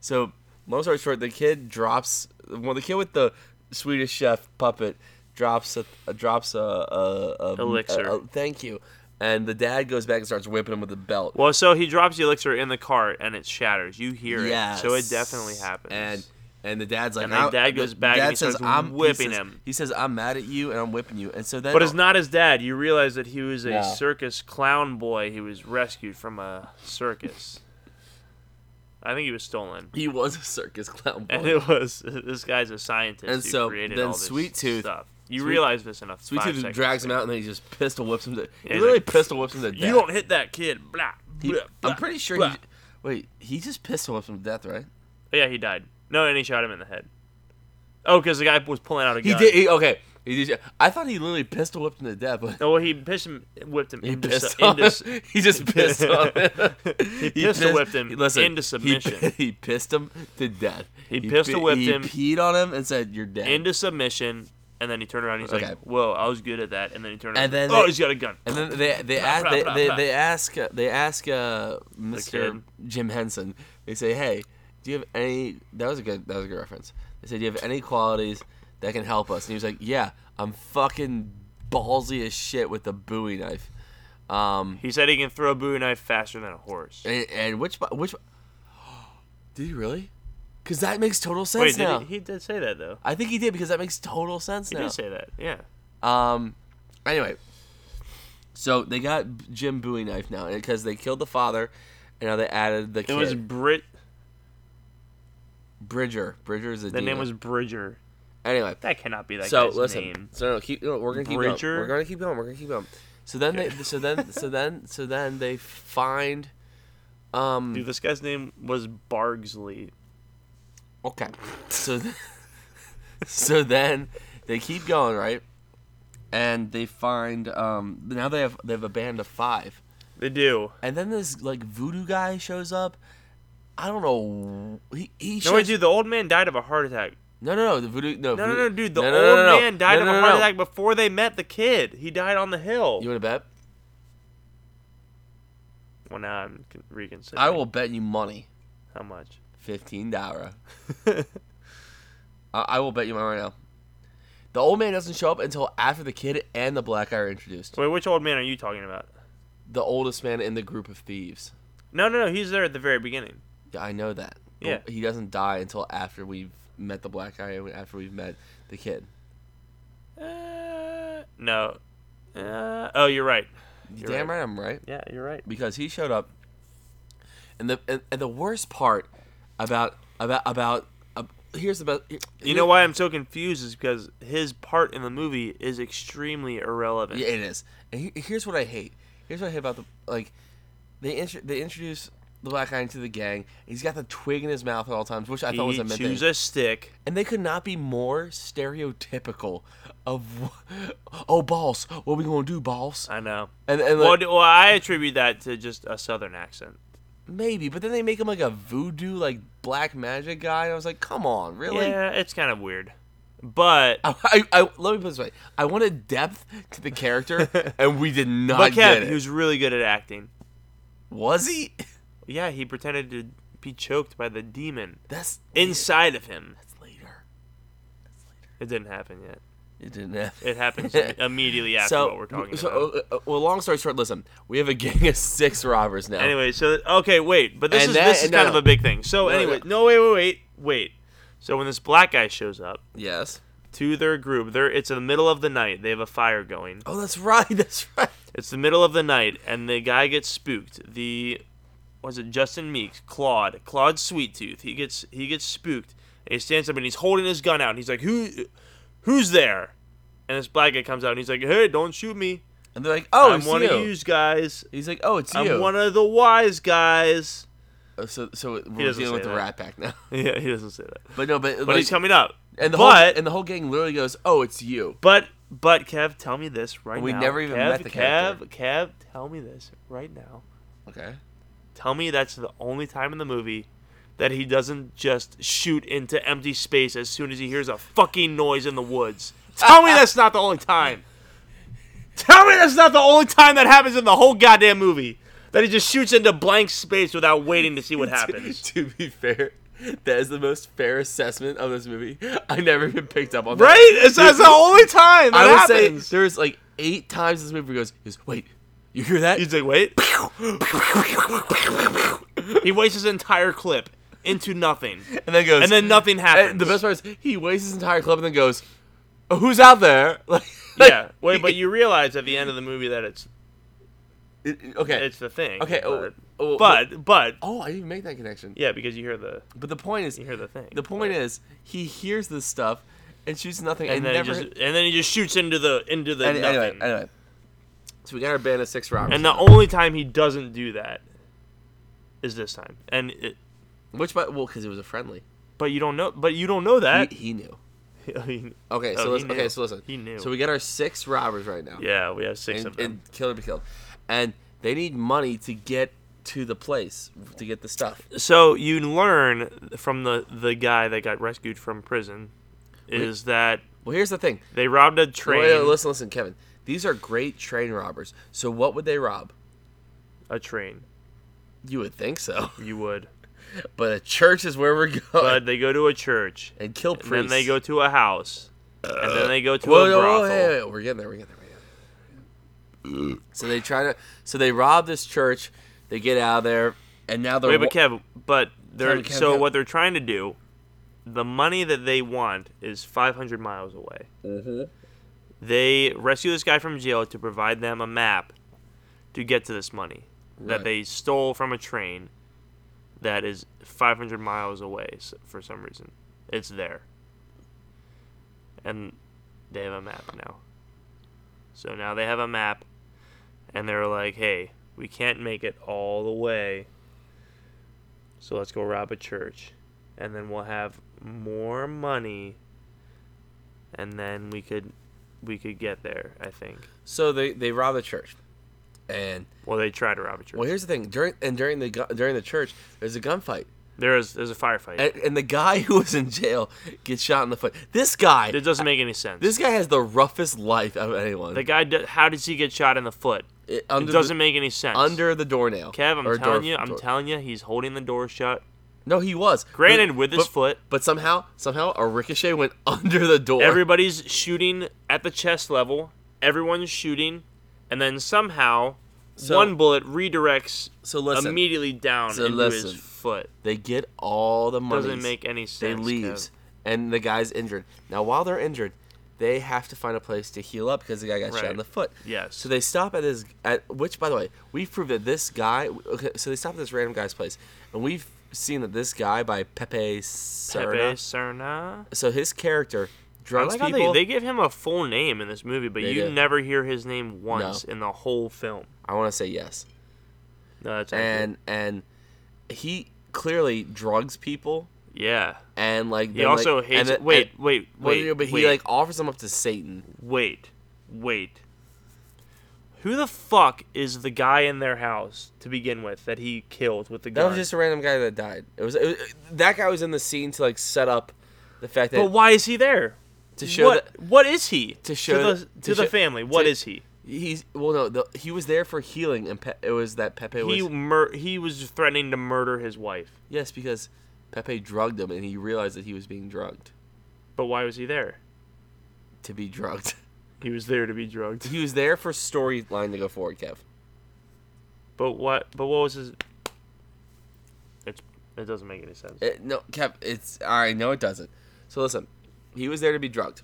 So long story short, the kid drops. Well, the kid with the Swedish chef puppet drops a, a drops a, a, a Elixir. a- a- thank you. And the dad goes back and starts whipping him with the belt. Well, so he drops the elixir in the cart and it shatters. You hear Yes. it, so it definitely happens. And and the dad's like, And then "I'm-" dad goes the back and dad he says, starts "I'm-" he whipping says- him. He says, "I'm mad at you and I'm whipping you." And so then, but it's not his dad. You realize that he was a No. circus clown boy who was rescued from a circus. I think he was stolen. (laughs) He was a circus clown. And boy. it was this guy's a scientist And who so created then all this Sweet Tooth- stuff. You Sweet- realize this in a Sweet five Tooth second drags him out and then he just pistol whips him. To, he he's literally like, pistol whips him to death. You don't hit that kid. Blah. He- blah, blah, I'm pretty sure. blah. He, wait, he just pistol whips him to death, right? Yeah, he died. No, and he shot him in the head. Oh, because the guy was pulling out a He gun. did. He, okay. He did. I thought he literally pistol whipped him to death, (laughs) but No, Oh, well, he pissed him, whipped him he into, (laughs) pissed su- on into, him. (laughs) (laughs) He just pissed on him. (laughs) He pistol whipped him into submission. He, he pissed him to death. He pi- pistol whipped him. He peed on him and said, "You're dead." into submission, and then he turned around. And he's Okay. like, "Whoa, I was good at that." And then he turned around. And And then then oh, they- he's got a gun. and then they they Blah, ask blah, they, blah, they, blah. they ask uh, they ask uh, Mr. kid. Jim Henson. They say, "Hey, do you have any?" That was a good that was a good reference. They said, "Do you have any qualities that can help us?" And he was like, "Yeah, I'm fucking ballsy as shit with the Bowie knife." Um, He said he can throw a Bowie knife faster than a horse. And, and which bu- which (gasps) did he really? Because that makes total sense Wait, now. did he, he did say that though? I think he did because that makes total sense He now. did say that. Yeah. Um, anyway, so they got B- Jim Bowie knife now because they killed the father, and now they added the It kid. was Brit. Bridger. Bridger is a The name was Bridger. anyway. That cannot be that so guy's listen. name. So no, keep. No, we're gonna keep going. Bridger? We're gonna keep going. We're gonna keep going. So then they. So then. So then. So then they find. Um. Dude, this guy's name was Bargsley. Okay. So, th- so then they keep going, right? And they find um now they have they have a band of five, They do. and then this like voodoo guy shows up. I don't know. He he No, wait, shows, dude, the old man died of a heart attack. no no no the voodoo no No, no, voodoo- no, dude, the Mm. no, old no, no, no, no. man died No, of no, a no, heart no. attack before they met the kid. He died on the hill. You want to bet? well, now I'm con- reconsidering. I will bet you money How much? (laughs) fifteen dollar. I, I will bet you money right now. The old man doesn't show up until after the kid and the black guy are introduced. Wait, which old man are you talking about? The oldest man in the group of thieves. No, no, no. He's there at the very beginning. Yeah, I know that. But Yeah. He doesn't die until after we've met the black guy and after we've met the kid. Uh, no. Uh, oh, you're right. You're Damn right. I'm right. Yeah, you're right. Because he showed up. And the and, and the worst part about about about uh, here's about here- You know why I'm so confused is because his part in the movie is extremely irrelevant. Yeah, it is. And he, here's what I hate. Here's what I hate about the like they intro, they introduce the black guy into the gang. He's got the twig in his mouth at all times, which I thought was He a myth. chews a stick. and they could not be more stereotypical of wh- oh boss, what we gonna do, boss? I know. And, and like, Well, d- well, I attribute that to just a southern accent. Maybe, but then they make him like a voodoo, like black magic guy. And I was like, come on, really? yeah, it's kind of weird. But (laughs) I, I, I- let me put it this way: I wanted depth to the character, (laughs) and we did not but get Kev, it. he was really good at acting. was he? (laughs) Yeah, he pretended to be choked by the demon That's inside of him. that's later. It didn't happen yet. It didn't happen. It (laughs) happens immediately after what we're talking so, about. uh, uh, well, long story short, listen, we have a gang of six robbers now. Anyway, so okay, wait, but this Oh. And is that- this is and kind no. of a big thing. So No, anyway, no, wait, wait, wait, wait. So when this black guy shows up Yes. to their group, they're it's in the middle of the night. They have a fire going. Oh, that's right. (laughs) That's right. It's the middle of the night, and the guy gets spooked. The was it Justin Meeks, Claude, Claude Sweet Tooth. He gets he gets spooked, and he stands up and he's holding his gun out, and he's like, "Who, who's there?" And this black guy comes out, and he's like, "Hey, don't shoot me! And they're like, oh, I'm it's one you. of you guys. He's like, oh, it's you. I'm one of the wise guys." (laughs) Oh, so, so we're doesn't dealing with say the that. Rat Pack now. (laughs) Yeah, he doesn't say that, But no, but, but he's coming up. and the whole, but and the whole gang literally goes, oh, it's you. but but Kev, tell me this right We now. never even Kev, met the character. Kev, Kev, tell me this right now. Okay. Tell me that's the only time in the movie that he doesn't just shoot into empty space as soon as he hears a fucking noise in the woods. Tell me that's not the only time. Tell me that's not the only time that happens in the whole goddamn movie. That he just shoots into blank space without waiting to see what (laughs) happens. (laughs) to be fair, that is the most fair assessment of this movie. I never even picked up on that. Right? It's, that's the only time that I would happens. say there's like eight times this movie goes, he goes, wait, you hear that? He's like, wait. He wastes his entire clip into nothing. and then goes, And then nothing happens. and the best part is he wastes his entire club and then goes, "Oh, who's out there? (laughs) Like, yeah. Wait, but you realize at the end of the movie that it's it- it- okay, it's the thing. okay, oh, but- oh, But but oh, I didn't even make that connection. yeah, because you hear the But the point is, you hear the thing. the point is, he hears this stuff and shoots nothing. and I then never. he just and then he just shoots into the into the any- nothing. anyway, anyway, so we got our band of six robbers, And the only time he doesn't do that is this time. And it, which, by, well, because it was a friendly, but you don't know. But you don't know that. he, he knew. (laughs) I mean, Okay, Oh, so he listen, okay, knew. so listen. He knew. So we got our six robbers right now. yeah, we have six of and, them. and kill or be killed, and they need money to get to the place to get the stuff. so you learn from the the guy that got rescued from prison is that Well, here's the thing. they robbed a Wait, train. wait, listen, listen, Kevin. These are great train robbers. So what would they rob? A train. You would think so, (laughs) You Uh, would. but a church is where we're (laughs) going. But they go to a church. and kill And priests. then they go to a house. And then they go to Whoa, a whoa, whoa, brothel. hey, hey, hey, we're getting there. We're getting there. We're getting there. so they try to. So they rob this church. They get out of there, and now they're. Wait, but wa- Kev, but they're Kev, Kev, so Kev. what they're trying to do, the money that they want is 500 miles away. Mm-hmm. They rescue this guy from jail to provide them a map to get to this money that Right. they stole from a train that is 500 miles away s- for some reason. It's there, and they have a map now. So now they have a map, and they're like, "Hey, we can't make it all the way." So let's go rob a church. And then we'll have more money. And then we could we could get there, I think. so they they rob the church, and Well, they try to rob a church. Well, here's the thing. During and during the gu- during the church, there's a gunfight, There is there's a firefight. and, and the guy (laughs) who was in jail gets shot in the foot. This guy, it doesn't make any sense. this guy has the roughest life out of anyone. the guy d how does he get shot in the foot? It- It under doesn't the, make any sense. under the doornail. Kev, I'm Or telling door- you, I'm door- telling you, he's holding the door shut. No, he was Granted, But- with his but- foot. but somehow somehow a ricochet went (laughs) under the door. Everybody's shooting at the chest level. Everyone's shooting, and then somehow So- one bullet redirects so listen, immediately down So into listen. his foot. they get all the money. Doesn't make any sense. They Kev. leaves, and the guy's injured. Now, while they're injured, they have to find a place to heal up because the guy got shot in Right. the foot. Yes. So they stop at this at which, by the way, we've proved that this guy. Okay, so they stop at this random guy's place, and we've seen that this guy by Pepe Serna. Pepe Serna. So his character I drugs like how people. they, they give him a full name in this movie, but They you do. never hear his name once in the whole film. I want to say yes, No, that's accurate. and and he clearly drugs people, yeah. and like He also hates. wait, wait, wait, but he wait, like offers them up to Satan. wait, wait. Who the fuck is the guy in their house to begin with that he killed with the That gun? was just a random guy that died. It was, it was- that guy was in the scene to like set up the fact that but why is he there? to show what, that what is he to show the, that- to, to the show- family? What to- is he? he's well no the, he was there for healing and Pe- it was that Pepe was He mur- he was threatening to murder his wife. yes because Pepe drugged him and he realized that he was being drugged But why was he there? to be drugged. (laughs) He was there to be drugged. He was there for storyline to go forward, Kev. But what? But what was his? It's. It doesn't make any sense. It, Eh, no, Kev, it's I know it doesn't. So listen, he was there to be drugged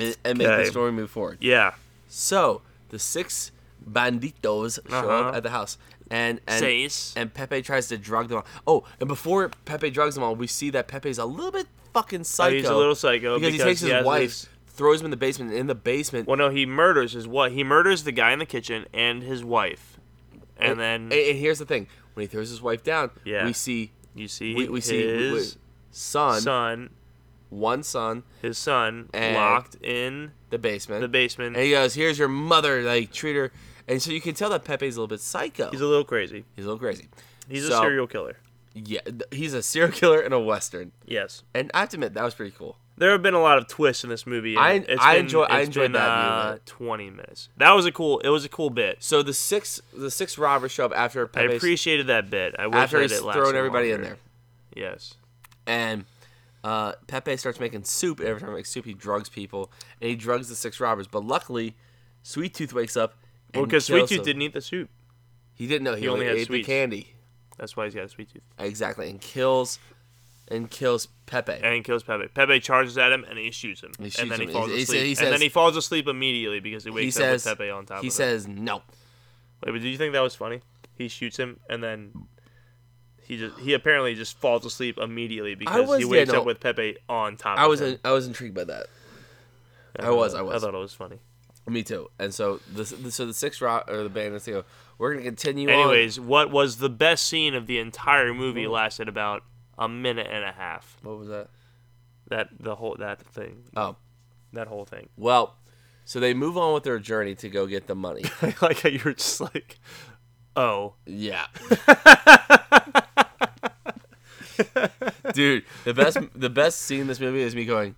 and, and make the Okay. story move forward. Yeah. So the six banditos show Uh-huh. up at the house, and and Seis. and Pepe tries to drug them all. Oh, and before Pepe drugs them all, we see that Pepe's a little bit fucking psycho. Oh, he's a little psycho because, he because takes he his has wife, this- throws him in the basement. and In the basement, Well, no, he murders his what? He murders the guy in the kitchen and his wife, and then and, and here's the thing: when he throws his wife down, Yeah. we see you see we, we his see w- w- son, son, one son, his son, And- locked in the basement, the basement. and he goes, "Here's your mother, like treat her." And so you can tell that Pepe's a little bit psycho. He's a little crazy. He's a little crazy. He's a So- serial killer. Yeah, th- he's a serial killer in a western. Yes. And I have to admit, that was pretty cool. There have been a lot of twists in this movie. and I- it's I been- enjoy- I it's enjoyed been, that view of Uh, Twenty minutes. That was a cool. It was a cool bit. So the six the six robbers show up after I Pepe's, appreciated that bit. I wish after that he's it lasted thrown everybody in longer. there, Yes. and uh, Pepe starts making soup. Every time he makes soup, he drugs people, and he drugs the six robbers. But luckily, Sweet Tooth wakes up. Well, and because Sweet kills Tooth them. didn't eat the soup. He didn't know. He, only only, had ate sweets. the candy. That's why he's got a sweet tooth. Exactly, and kills, and kills Pepe. And he kills Pepe. Pepe charges at him and he shoots him. shoots and then him. he falls He- he asleep. sa- he and says- then he falls asleep immediately because he he wakes says up with Pepe on top He of him. says no. Wait, but do you think that was funny? He shoots him and then he just he apparently just falls asleep immediately because was- he yeah, wakes no. up with Pepe on top I of was him. I was intrigued by that. I, I was, thought- I was. I thought it was funny. Me too. And so the so the six rock or the bandits they go. We're gonna continue on. Anyways, what was the best scene of the entire movie lasted about a minute and a half. What was that? That the whole that thing. Oh, That whole thing. (laughs) well, so they move on with their journey to go get the money. I like how you were just like Oh. (laughs) yeah. Dude, the best the best scene in this movie is me going,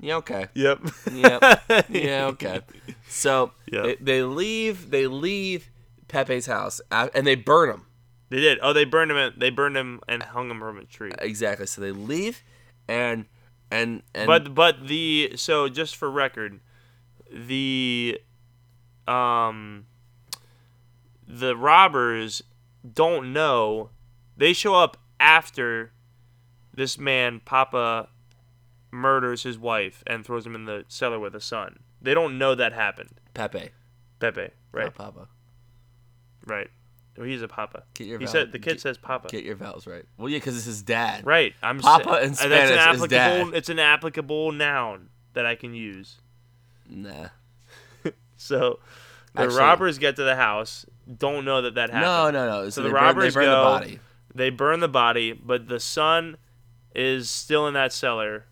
yeah, okay, Yep. yeah, yeah, okay. So Yeah. they, they leave, they leave Pepe's house, uh, and they burn him. They did. Oh, they burned him. In, they burned him and hung him from a tree. Exactly. So they leave, and and and But but the so just for record, the um the robbers don't know. They show up after this man Papa murders his wife and throws him in the cellar with a son. They don't know that happened. Pepe, Pepe, right? not Papa, Right. Well, He's a papa. Get your he val- said the kid get- says papa. get your vowels right. Well, yeah, because it's his dad. Right. I'm s- Papa in uh, Spanish is That's an applicable. dad. It's an applicable noun that I can use. Nah. So the Actually- robbers get to the house, don't know that that No, happened. no, no. So, So they the burn- robbers they burn go. the body. They burn the body, but the son is still in that cellar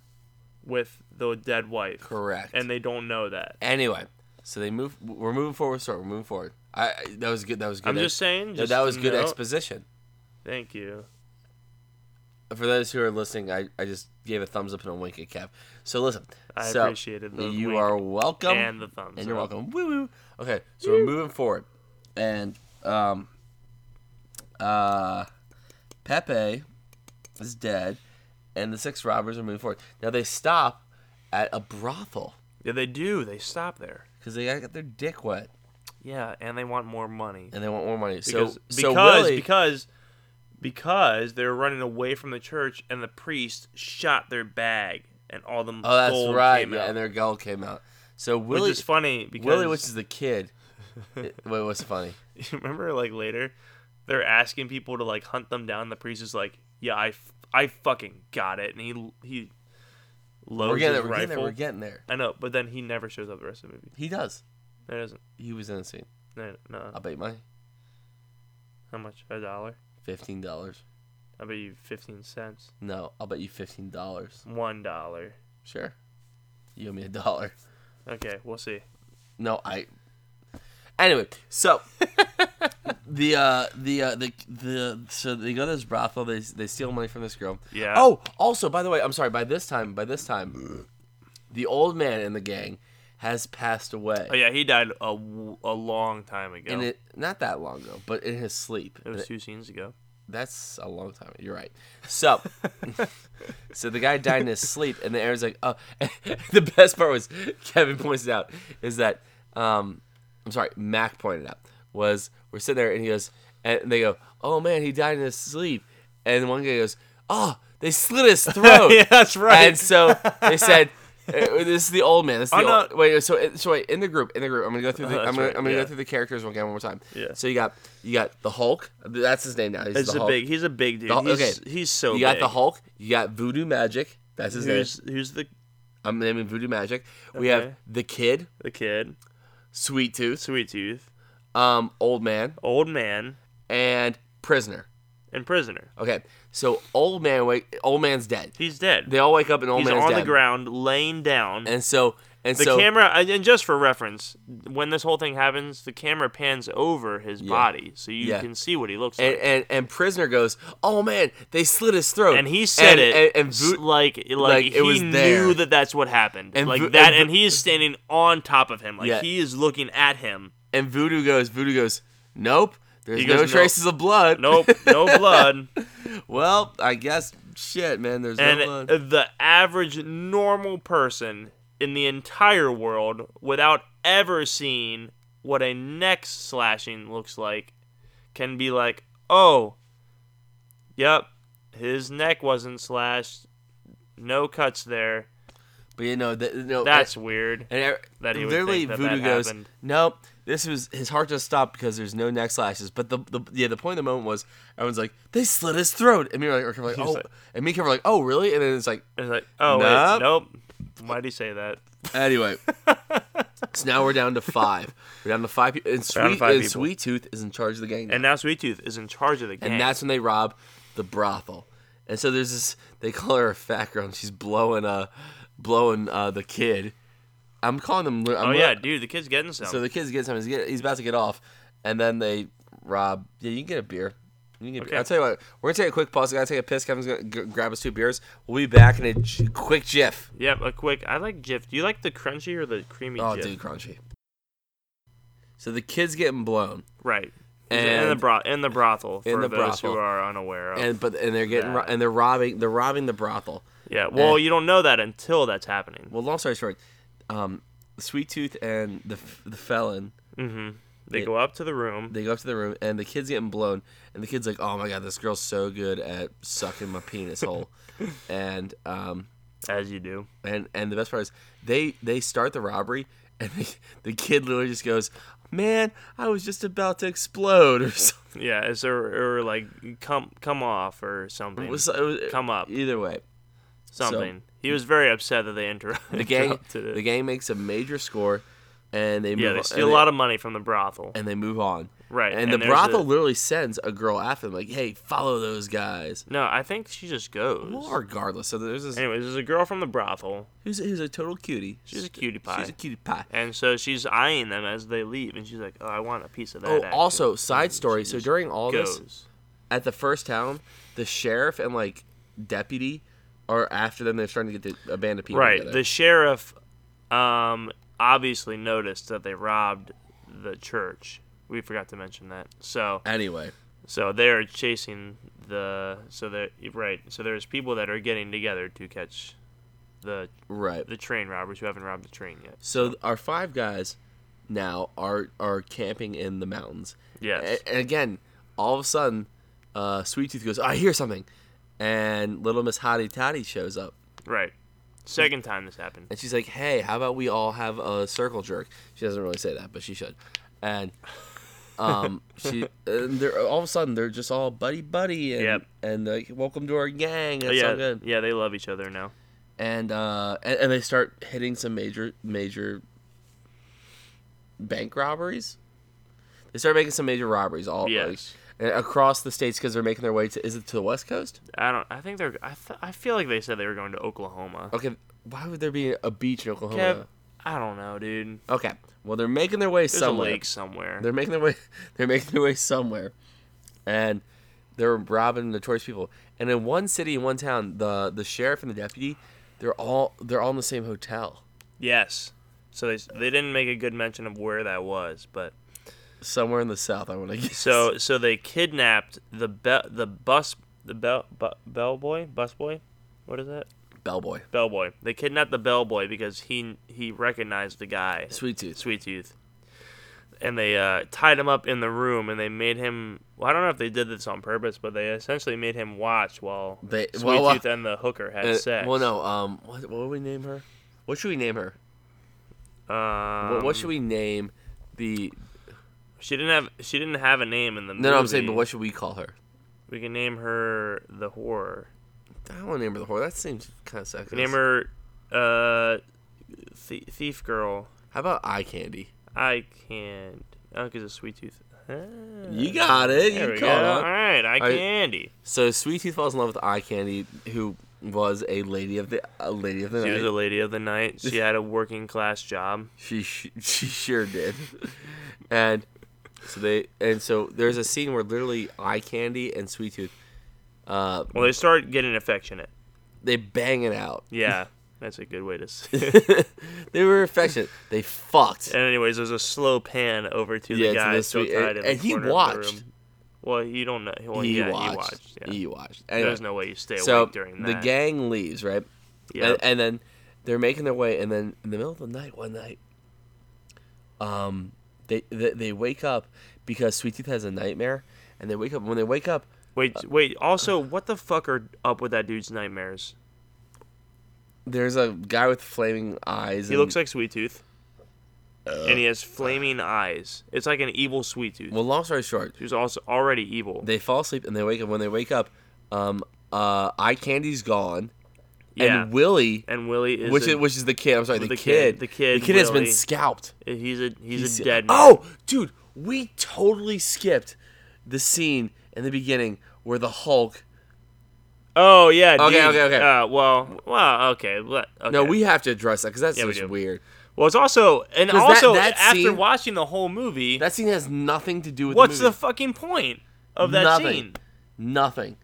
with the dead wife. Correct. And they don't know that. Anyway, so they move. We're moving forward. Sorry, we're moving forward. I I- that was good. That was good. I'm ex- just saying. no, Just that was good note- exposition. Thank you. For those who are listening, I, I just gave a thumbs up and a wink at Kev. So listen. I so appreciated the You wink are welcome. and the thumbs And you're up. welcome. Woo woo. Okay, so we're moving forward, and um, uh, Pepe is dead, and the six robbers are moving forward. Now they stop at a brothel Yeah, they do. They stop there. because they gotta get their dick wet. Yeah, and they want more money. and they want more money. because so so because, Willie, because because they were running away from the church and the priest shot their bag and all the oh, that's gold right, came yeah, out. and their gold came out. So which Willie, is funny because (laughs) Willie, which is the kid. it, (laughs) wait, what's funny? remember like later they're asking people to like hunt them down. The priest is like, "Yeah, I, f- I fucking got it," and he he loads We're getting there. his We're rifle. getting there. We're getting there. I know, but then he never shows up the rest of the movie. He does. There doesn't. He was in the scene. No, no. I'll bet you money, How much? A dollar? fifteen dollars. I bet you fifteen cents. No, I'll bet you fifteen dollars. One dollar. Sure, you owe me a dollar. Okay, we'll see. No, I. Anyway, so the uh the uh the the so they go to this brothel. They they steal money from this girl. Yeah. Oh, also by the way, I'm sorry. By this time, by this time, the old man in the gang has passed away. Oh yeah, he died a, w- a long time ago. And it not that long ago, but in his sleep. it was two scenes ago. That's a long time. You're right. (laughs) So, so the guy died in his sleep, and the air's like, oh. (laughs) the best part was Kevin points it out is that, um, I'm sorry, Mac pointed out was we're sitting there, and he goes, and they go, oh man, he died in his sleep, and one guy goes, oh, they slit (laughs) his throat. (laughs) yeah, that's right. And so (laughs) they said, uh, "This is the old man." This is the Oh, old, wait. So so wait in the group in the group. I'm gonna go through. The, Oh, that's I'm gonna right, I'm gonna yeah. go through the characters one again one more time. Yeah. So you got you got the Hulk. That's his name now. He's He's the a Hulk. big. He's a big dude. The- he's, okay. he's so. you got big. the Hulk. You got Voodoo Magic. That's his name. Who's who's the I'm naming Voodoo Magic. We have Okay. the Kid, the kid? Sweet Tooth, Sweet Tooth, um, Old Man, old man, and Prisoner. and prisoner. Okay. So old man wake. Old man's dead. He's dead. They all wake up and old he's man's on dead. the ground, laying down. And so and the so camera, and and just for reference, when this whole thing happens, the camera pans over his body, so you Yeah. can see what he looks and, like. and and prisoner goes, "Oh man, they slit his throat." And he said and, it and, and s- Vu- like, like like it he was knew there. that that's what happened. And like Vu- that, and Vu- and he is standing on top of him, like Yeah. he is looking at him. and Voodoo goes, Voodoo goes, "Nope, there's He no goes, "Nope." traces of blood." Nope, no blood. (laughs) Well, I guess shit, man. There's and no blood. the average normal person in the entire world without ever seeing what a neck slashing looks like can be like oh yep his neck wasn't slashed no cuts there but you know, th- no. that's weird and, and that he would literally think that Voodoo that goes, happened. "Nope." This was his heart just stopped because there's no neck slashes. But the, the yeah, the point of the moment was everyone's like, they slit his throat, and me and Kevin were like, was oh, like- and me and Kevin were like, oh, really? And then it's like, and it's like oh Nope. wait nope why'd he say that (laughs) Anyway, so now we're down to five. We're down to five people. And Down to Sweet, five and people. Sweet Tooth is in charge of the gang, now. and now sweet tooth is in charge of the gang and that's when they rob the brothel. And so there's this. They call her a fat girl, and she's blowing uh, blowing uh the kid. I'm calling them. li- I'm oh li- yeah dude the kid's getting some So the kid's getting something. He's, get, he's about to get off, and then they rob. Yeah, you can get a beer. You can get a beer. Okay. I'll tell you what. We're gonna take a quick pause. I gotta take a piss. Kevin's gonna g- grab us two beers. We'll be back in a j- quick jiff. yep a quick i like jif do you like the crunchy or the creamy Oh, Jif? dude, crunchy. So the kid's getting blown. Right. He's in the And- bro- in the brothel for In the those brothel. who are unaware of. and but and they're getting ro- that. and they're robbing they're robbing the brothel. yeah. Well, and- you don't know that until that's happening. Well, long story short, um, Sweet Tooth and the f- the felon hmm They it- go up to the room. they go up to the room and the kid's getting blown and the kid's like, oh my god, this girl's so good at sucking my (laughs) penis hole, and um as you do. and and the best part is they they start the robbery and the, the kid literally just goes, man, I was just about to explode or (laughs) something. Yeah. It's or, or like come come off or something. It was- it was- come up. Either way, something. he was very upset that they inter- (laughs) the gang interrupted it. the gang makes a major score, and they move yeah, on- they and steal a lot of money from the brothel. and they move on. Right, And, and the there's a- brothel literally sends a girl after them, like, hey, follow those guys. no, I think she just goes. Well, regardless. So there's this Anyways, there's a girl from the brothel, who's, who's a total cutie. She's a cutie pie. She's a cutie pie. and so she's eyeing them as they leave, and she's like, "Oh, I want a piece of that." Oh, action." also, side story. she So just during all goes. this, at the first town, the sheriff and like deputy are after them. They're starting to get the, a band of people. Right. together. The sheriff um, obviously noticed that they robbed the church. We forgot to mention that. So anyway, so they're chasing the so that right. So there's people that are getting together to catch the right. the train robbers who haven't robbed the train yet. So our five guys now are are camping in the mountains. Yes. A- and again, all of a sudden, uh, Sweet Tooth goes, "I hear something," and Little Miss Hottie Toddy shows up, Right. Second time this happened. and she's like, "Hey, how about we all have a circle jerk?" She doesn't really say that, but she should. And (laughs) um, she, and they're all of a sudden they're just all buddy buddy, and Yep. Oh, and like, "Welcome to our gang." It's yeah. so good. Yeah, they love each other now. And uh, and, and they start hitting some major major bank robberies. They start making some major robberies all Yes. like, across the states because they're making their way to is it to the west coast? I don't. I think they're. I, th- I feel like they said they were going to Oklahoma. Okay, why would there be a beach in Kev, Oklahoma? I don't know, dude. Okay, well they're making their way There's a somewhere. lake somewhere. They're making their way. (laughs) They're making their way somewhere, and they're robbing notorious people. And in one city, in one town, the the sheriff and the deputy, they're all they're all in the same hotel. Yes. So they they didn't make a good mention of where that was, but somewhere in the south. I want to (laughs) guess. So so they kidnapped the be- the bus the bell bu- bellboy busboy, what is that? bellboy, Bellboy. They kidnapped the bellboy because he he recognized the guy sweet tooth. Sweet Tooth, and they uh, tied him up in the room and they made him. Well, I don't know if they did this on purpose, but they essentially made him watch while They- Sweet well, uh, Tooth and the hooker had Uh, sex. well, no. Um, what, what would we name her? What should we name her? Um, what, what should we name the? She didn't have. She didn't have a name in the movie. No, no. I'm saying, but what should we call her? We can name her the horror. I don't want to name her the whore. That seems kind of sexy. We can name her, uh, th- thief girl. How about eye candy? I can't. Oh, because of Sweet Tooth. Ah, You got it. There You we caught go. on. All right, I right. candy. So Sweet Tooth falls in love with Eye Candy, who was a lady of the a lady of the She was night. a lady of the night. She had a working class job. she sh- she sure did, (laughs) and so they and so there's a scene where literally Eye Candy and Sweet Tooth, uh, Well, they start getting affectionate. they bang it out. (laughs) Yeah, that's a good way to. s- they were affectionate. They fucked. and anyways, there's a slow pan over to the Yeah, to guy the still sweet- tied in and- the and he corner of the watched. room. Well, you don't know. Well, he, yeah, watched. he watched. Yeah. He watched. There's Anyway, no way you stay awake so during the that. gang leaves right, Yeah. and, and then they're making their way, and then in the middle of the night, one night, um, they they, they wake up because Sweet Tooth has a nightmare, and they wake up. When they wake up, wait, uh, wait. (sighs) Also, what the fuck are up with that dude's nightmares? there's a guy with flaming eyes. He and, looks like Sweet Tooth, and he has flaming eyes. It's like an evil Sweet Tooth. Uh, Well, long story short, Who's also already evil. they fall asleep and they wake up. When they wake up, um, uh, Eye Candy's gone, yeah. and Willie. and Willie is which a- is, which is the kid? I'm sorry, the, the kid, kid- the kid, The kid has been Willie. scalped. he's a he's, He's- a dead man. Oh, dude, we totally skipped the scene in the beginning where the Hulk. Oh yeah. Okay, dude. okay, okay. Uh, well, well, okay. let- okay. No, we have to address that because that's Yeah, we just do. weird. Well, it's also and 'Cause that- also that after scene- watching the whole movie, That scene has nothing to do with what's the the, movie. fucking point of that Nothing. scene? nothing.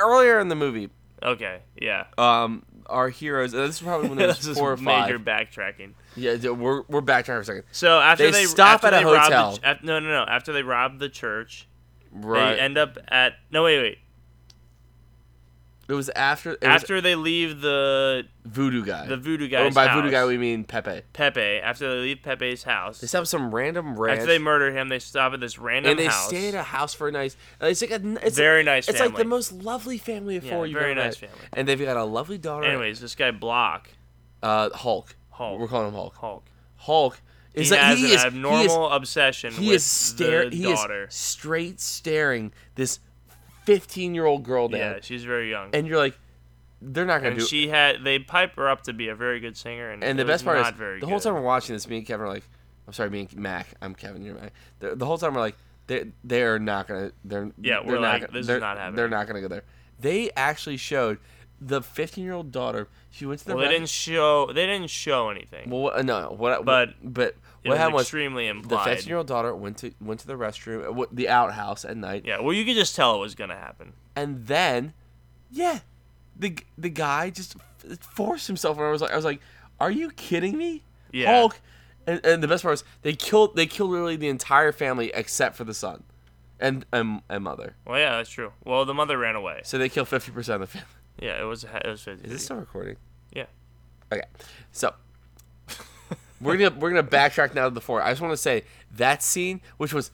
Earlier in the movie, Okay, yeah. um, our heroes. And this is (laughs) probably when there was this is four or five. major backtracking. Yeah, dude, we're we're backtracking for a second. So after They they, stop after at a they rob the hotel. ch- af- no, no, no. After they rob the church, Right. they end up at no wait wait. it was after it was after they leave the Voodoo guy. Oh, the voodoo And guy's by house, Voodoo guy we mean Pepe. Pepe. After they leave Pepe's house, They stop some random ranch. after they murder him, they stop at this random and they house. stay at a house for a nice. and It's like a, n- it's Very nice It's like the family. most lovely family of Yeah, four. you've very ever nice met. family. And they've got a lovely daughter. Anyways, this guy Block uh, Hulk. Hulk. We're calling him Hulk. Hulk. Hulk is he like has he an is abnormal obsession He is he with is staring. the He is daughter. straight staring this fifteen-year-old girl down, yeah, she's very young. and you're like, they're not gonna And do. she had they pipe her up to be a very good singer, and, and the it was best part not is very the whole good. time we're watching this, me and Kevin are like, I'm sorry, me and Mac. I'm Kevin. You're Mac. The, the whole time we're like, they they're not gonna. They're Yeah, they're we're not like, gonna, this is they're- not happening. They're not gonna go there. They actually showed the 15 year old daughter. She went to the Well, they rec- didn't show they didn't show anything. Well, what- no, what, I- But but it what was happened was extremely the implied. 15 year old daughter went to went to the restroom, uh, wa- the outhouse at night, yeah, well, you could just tell it was gonna happen. and then, yeah, the g- the guy just f- forced himself. And I was like, I was like, are you kidding me, Yeah. Hulk? And, and the best part was they killed they killed literally the entire family except for the son, and and, and mother. Well, yeah, that's true. Well, the mother ran away. So they killed 50 percent of the family. Yeah, it was it was 50. Is this still recording? yeah. Okay, so we're gonna we're gonna backtrack now to the four. I just want to say that scene, which was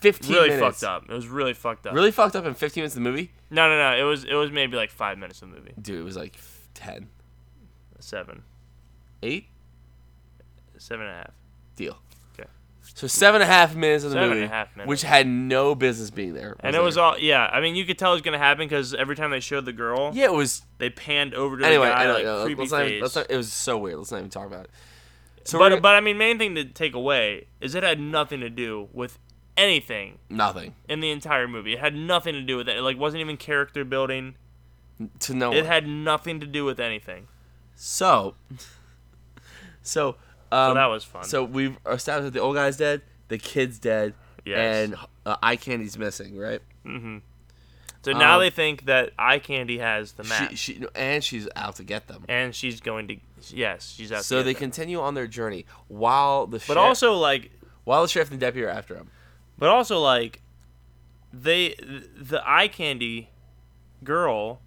fifteen Really minutes, fucked up. It was really fucked up. really fucked up in fifteen minutes of the movie. No, no, no. It was it was maybe like five minutes of the movie. Dude, it was like 10, Seven, 8? seven and a half. deal. Okay. So seven and a half minutes of the Seven and movie, a half minutes. which had no business being there, And it was all yeah. I mean, you could tell it was gonna happen because every time they showed the girl, yeah, it was. they panned over to Anyway, the guy I don't like know. creepy Let's not, even- face. let's not- it was so weird. Let's not even talk about it. So but we're but I mean, main thing to take away is it had nothing to do with anything nothing in the entire movie. It had nothing to do with it. It like wasn't even character building. to no It one. had nothing to do with anything. so, (laughs) so So um, that was fun. So we've established that the old guy's dead, the kid's dead, Yes. and uh, eye candy's missing, right? so now um, they think that Eye Candy has the map, She, she and she's out to get them. and she's going to yes, she's out. to So get they them. continue on their journey while the But also like While the sheriff and the deputy are after him. But also like they the eye candy girl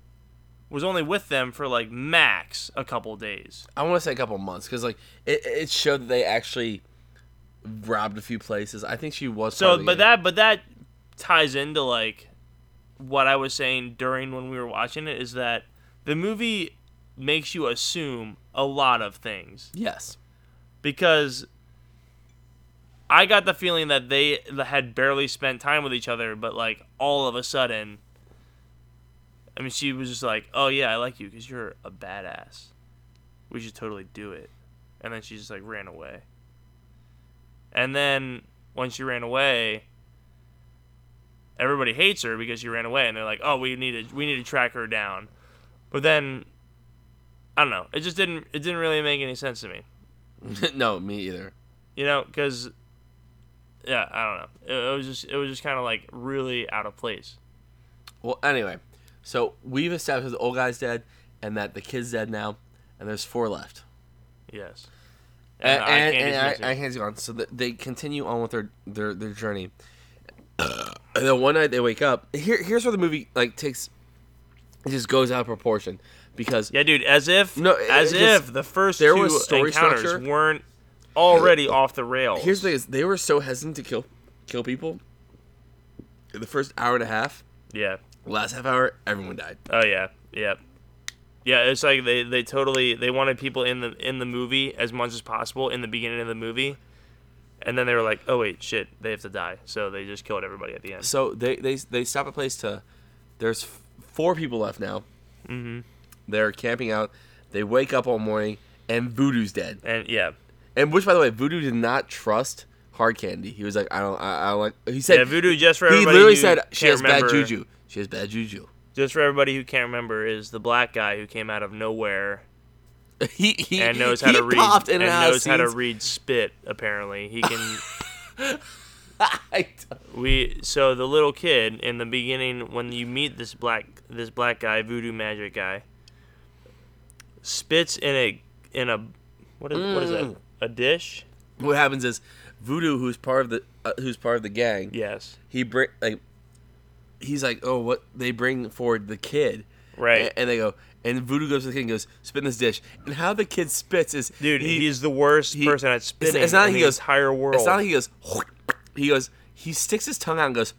was only with them for like max a couple days. I want to say a couple months because like it, it showed that they actually robbed a few places. I think she was. part So of the but gang. that but that ties into like what I was saying during when we were watching it is that the movie makes you assume a lot of things yes, (laughs) because I got the feeling that they had barely spent time with each other, but like all of a sudden, I mean, she was just like, "Oh yeah, I like you because you're a badass. We should totally do it." And then she just like ran away. And then when she ran away, everybody hates her because she ran away, and they're like, "Oh, we need to we need to track her down." But then, I don't know. It just didn't it didn't really make any sense to me. no, me either. You know, because yeah, I don't know. It, it was just it was just kind of like really out of place. Well, anyway, so we've established the old guy's dead and that the kid's dead now, and there's four left. Yes. and, the eye and, candy's and missing. I, I can't gone. So th- they continue on with their their their journey. (coughs) and then one night they wake up. Here, here's where the movie like takes, it just goes out of proportion because yeah, dude. As if No, no, it- as it if just- the first there two was story encounters structure. weren't already off the rails. here's the thing is they were so hesitant to kill kill people. In the first hour and a half, yeah. last half hour, everyone died. Oh yeah. Yeah. Yeah, it's like they, they totally they wanted people in the in the movie as much as possible in the beginning of the movie, and then they were like, oh wait, shit, they have to die, so they just killed everybody at the end. So they they they stop a place to. There's f- four people left now. Mm-hmm. They're camping out. They wake up all morning and Voodoo's dead. And yeah, And which, by the way, Voodoo did not trust Hard Candy. He was like, I don't, I, I don't like. He said, yeah, voodoo just for he everybody. literally who said, she can't has bad remember- juju. She has bad juju. (laughs) just for everybody who can't remember, is the black guy who came out of nowhere he, he and knows how he to read popped in and and out of knows how to scenes. read spit. Apparently, he (laughs) can. I don't- we so the little kid in the beginning when you meet this black this black guy voodoo magic guy spits in a in a what is what is Mm. that a dish? what happens is Voodoo, who's part of the uh, who's part of the gang, Yes, he bring like he's like, oh, what they bring forward the kid, Right. And, and they go, and Voodoo goes to the kid and goes, spit in this dish. And how the kid spits is, dude, he- he's the worst he- person at it's- spitting it's not in like the he goes- entire world. It's not like he goes. (laughs) He goes. He sticks his tongue out and goes.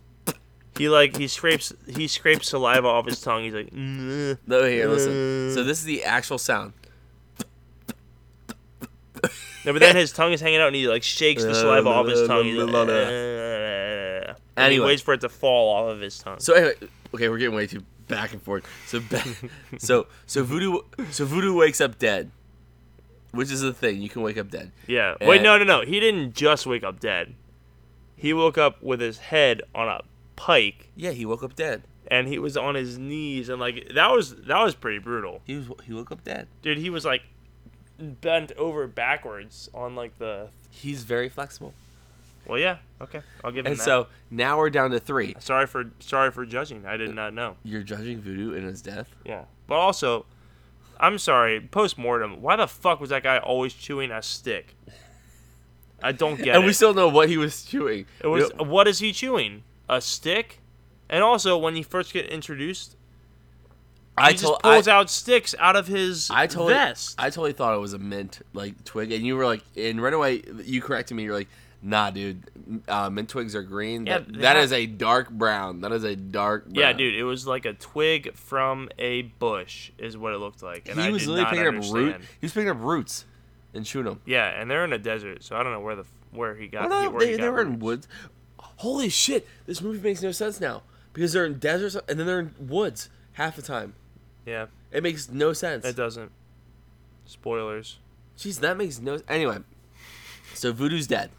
he like he scrapes he scrapes saliva off his tongue. He's like, "Mm." No, here, listen. So this is the actual sound. No, but then his tongue is hanging out, and he like shakes the saliva off his tongue. He's like, and he Anyway. waits for it to fall off of his tongue. So anyway, okay, we're getting way too back and forth. So back, (laughs) so so voodoo so voodoo wakes up dead, which is the thing you can wake up dead. Yeah. Wait, And- no, no, no. He didn't just wake up dead. He woke up with his head on a pike, Yeah, he woke up dead. and he was on his knees, and like that was that was pretty brutal, He was he woke up dead. dude. He was like bent over backwards on like the. He's very flexible. Well, yeah. Okay, I'll give him And that. so now we're down to three. sorry for sorry for judging. I did not know. You're judging voodoo in his death. Yeah. But also, I'm sorry, post mortem, why the fuck was that guy always chewing a stick? I don't get and it. we still know what he was chewing. it was what is he chewing? A stick? And also when you first get introduced, I he just told I, pulls out sticks out of his I totally, vest. I totally thought it was a mint like twig, and you were like, and right away you corrected me. You're like, nah, dude, uh, mint twigs are green. Yeah, That- they that have- is a dark brown. That is a dark. brown. yeah, dude, it was like a twig from a bush is what it looked like. And he I was did literally not picking up root. understand. He was picking up roots and shooting them. Yeah, and they're in a desert, so I don't know where the f- where he got Well, no, where they, he got they were in roots. woods. Holy shit! This movie makes no sense now because they're in deserts and then they're in woods half the time. Yeah, It makes no sense. that doesn't. Spoilers. Jeez, that makes no. Anyway, so voodoo's dead,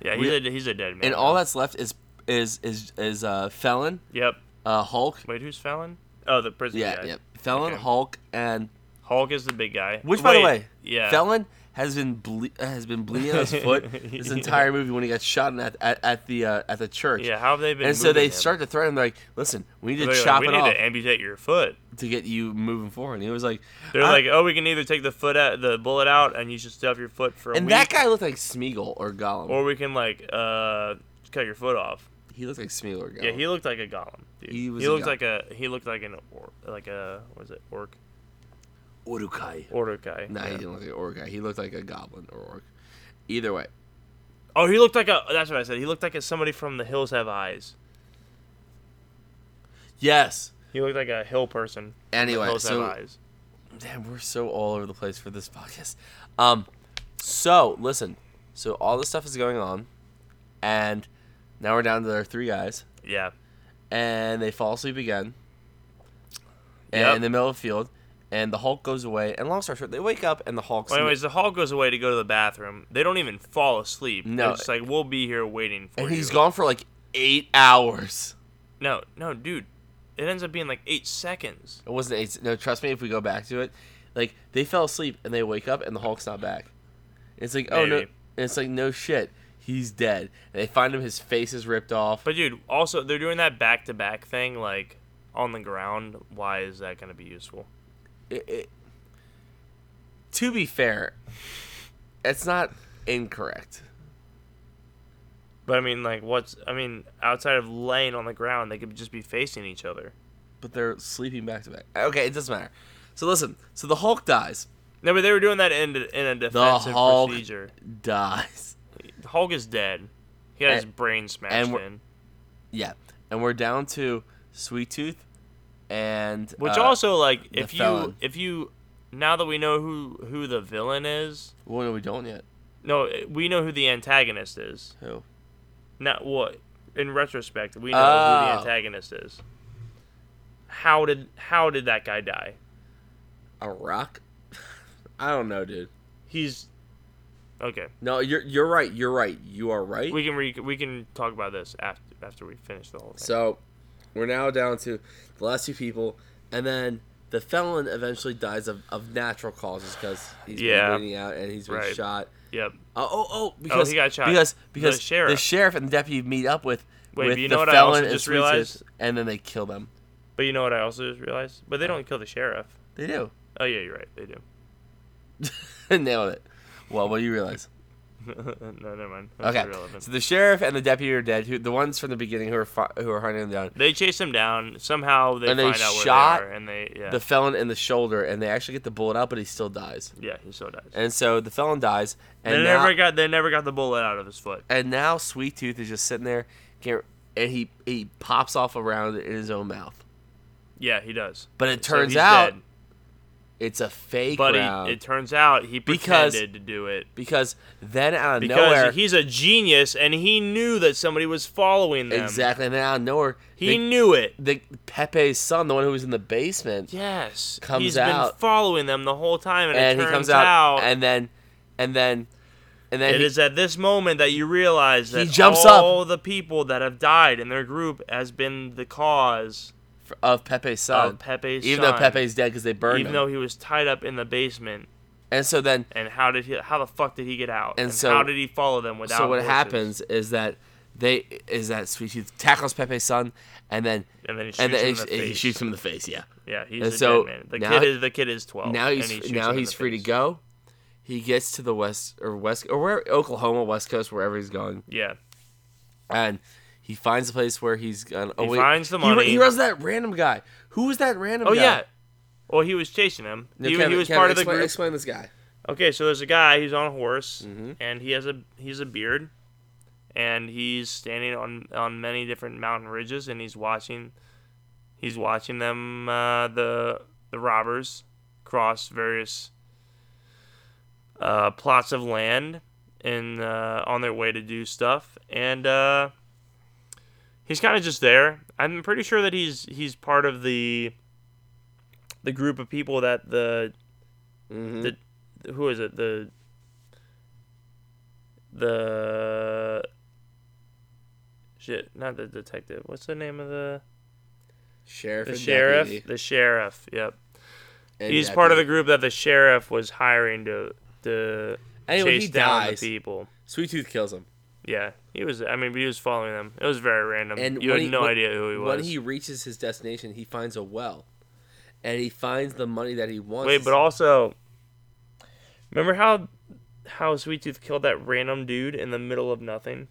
Yeah, he's a he's a dead man. and all that's left is is is is uh, felon, Yep. uh, Hulk, Wait, who's Fallon? Oh, the prison Yeah, guy. yeah. Felon, Okay. Hulk, and Hulk is the big guy. which, by the Wait, way, yeah. Felon has been ble- has been (laughs) bleeding on his foot this entire movie when he got shot in at at, at the uh, at the church. Yeah, how have they been? And so they moving him? start to threaten him, like, "Listen, we need to They're like, chop we it need off to amputate your foot. to get you moving forward." And he was like, They're I- like, oh, we can either take the foot out, the bullet out, and you should stuff your foot for a and week, that guy looked like Smeagol or Gollum. or we can like uh cut your foot off. he looked like Smeagol or Gollum. Yeah, he looked like a golem. Dude. Oh. He was a looked golem. like a he looked like an or, like a what is it orc Urukai. orc guy. Nah, Yeah. he didn't look like an orc guy. He looked like a goblin or orc. Either way, Oh, he looked like a. That's what I said. He looked like a, somebody from The Hills Have Eyes. yes. He looked like a hill person. from The Anyway, Hills so- Have Eyes. Damn, we're so all over the place for this podcast. Um, so listen. So all this stuff is going on, and now we're down to our three guys, Yeah. and they fall asleep again, and Yep. in the middle of the field, and the Hulk goes away. And long story short, they wake up, and the Hulk's Well, anyways, the Hulk goes away to go to the bathroom. They don't even fall asleep. No. They're just like we'll be here waiting for and you. he's gone for like eight hours. No, no, dude. It ends up being like eight seconds. It wasn't eight. No, trust me. If we go back to it, like they fell asleep and they wake up and the Hulk's not back. It's like oh no. Maybe. and it's like no shit. He's dead. And they find him. His face is ripped off. But dude, also they're doing that back to back thing, like on the ground. Why is that going to be useful? it, it, to be fair, it's not incorrect. But I mean, like, what's I mean, outside of laying on the ground, they could just be facing each other. But they're sleeping back to back. Okay, it doesn't matter. So listen. So the Hulk dies. No, but they were doing that in in a defensive Hulk- procedure. Dies. (laughs) Hulk is dead. He had his And- brain and smashed we're- in, Yeah. And we're down to Sweet Tooth, and which uh, also like if you felon. if you now that we know who who the villain is, well no we don't yet. no, we know who the antagonist is. Who? Not what in retrospect we know who Oh. the antagonist is. How did how did that guy die? A rock? (laughs) I don't know, dude. He's okay. No, you're you're right. You're right. You are right. We can re- we can talk about this after after we finish the whole thing. so we're now down to the last two people, and then the felon eventually dies of, of natural causes because he's Yeah. been bleeding out and he's been Right. shot. yep. Oh, oh, oh! Because got shot. because The because sheriff. and the deputy meet up with Wait, with but you the know what I felon also and just Sweet Tooth, realized? and then they kill them. But you know what I also just realized? But they don't kill the sheriff. They do. (laughs) Oh yeah, you're right. They do. (laughs) Nailed it. Well, what do you realize? no, never mind. That's Okay, irrelevant. so the sheriff and the deputy are dead. Who the ones from the beginning who are fi- who are hunting them down? They chase him down. Somehow they And they find out shot where they are, and they yeah the felon in the shoulder, and they actually get the bullet out, but he still dies. yeah he still dies. And so the felon dies, they and now, never got they never got the bullet out of his foot. and now Sweet Tooth is just sitting there, can't, and he he pops off a round in his own mouth. Yeah, he does. But it So turns he's out dead. it's a fake but round he, it turns out he Because- pretended to do it because then out of because nowhere, he's a genius and he knew that somebody was following them. exactly, and then out of nowhere, He the, knew it. the Pepe's son, the one who was in the basement, Yes. Comes He's been out. following them the whole time, and, and it he turns comes out, out, and then, and then, and then it he- is at this moment that you realize He that jumps up. all the people that have died in their group has been the cause of Pepe's son, of Pepe's Uh, even though son, Pepe's dead because they burned even him, though he was tied up in the basement. and so then And how did he? How the fuck did he get out? And so- how did he follow them without? so what horses? happens is that they is that Sweet Tooth tackles Pepe's son, and then And then he shoots and him then in he, the sh- he face. shoots him in the face. Yeah. Yeah, he's and a so dead man. The now kid he- is the kid is twelve. now Oh, and he's he shoots now him in he's the free to face. go. He gets to the west or west or where Oklahoma, West Coast, wherever he's going, Yeah, and he finds a place where he's gonna. Oh, He wait. finds the He ru- He, money. runs that random guy. Who was that random? Oh guy? yeah. Well, he was chasing him. No, he, he Kevin- was Kevin, part of the explain- group. Explain this guy. Okay, so there's a guy. He's on a horse, and he has a he's a beard, and he's standing on on many different mountain ridges, and he's watching, he's watching them uh, the the robbers cross various uh, plots of land and uh, on their way to do stuff, and uh, he's kind of just there. I'm pretty sure that he's he's part of the the group of people that the Mhm. the who is it the the shit not the detective what's the name of the Sheriff. the and sheriff deputy the sheriff yep and he's part of the deputy. group that the sheriff was hiring to to Anyway, chase he down dies. the people. Sweet Tooth kills him. Yeah, he was. I mean, he was following them. It was very random. And you when had he- no when- idea who he was. When he reaches his destination, he finds a well, and he finds the money that he wants. Wait, but also, remember how how Sweet Tooth killed that random dude in the middle of nothing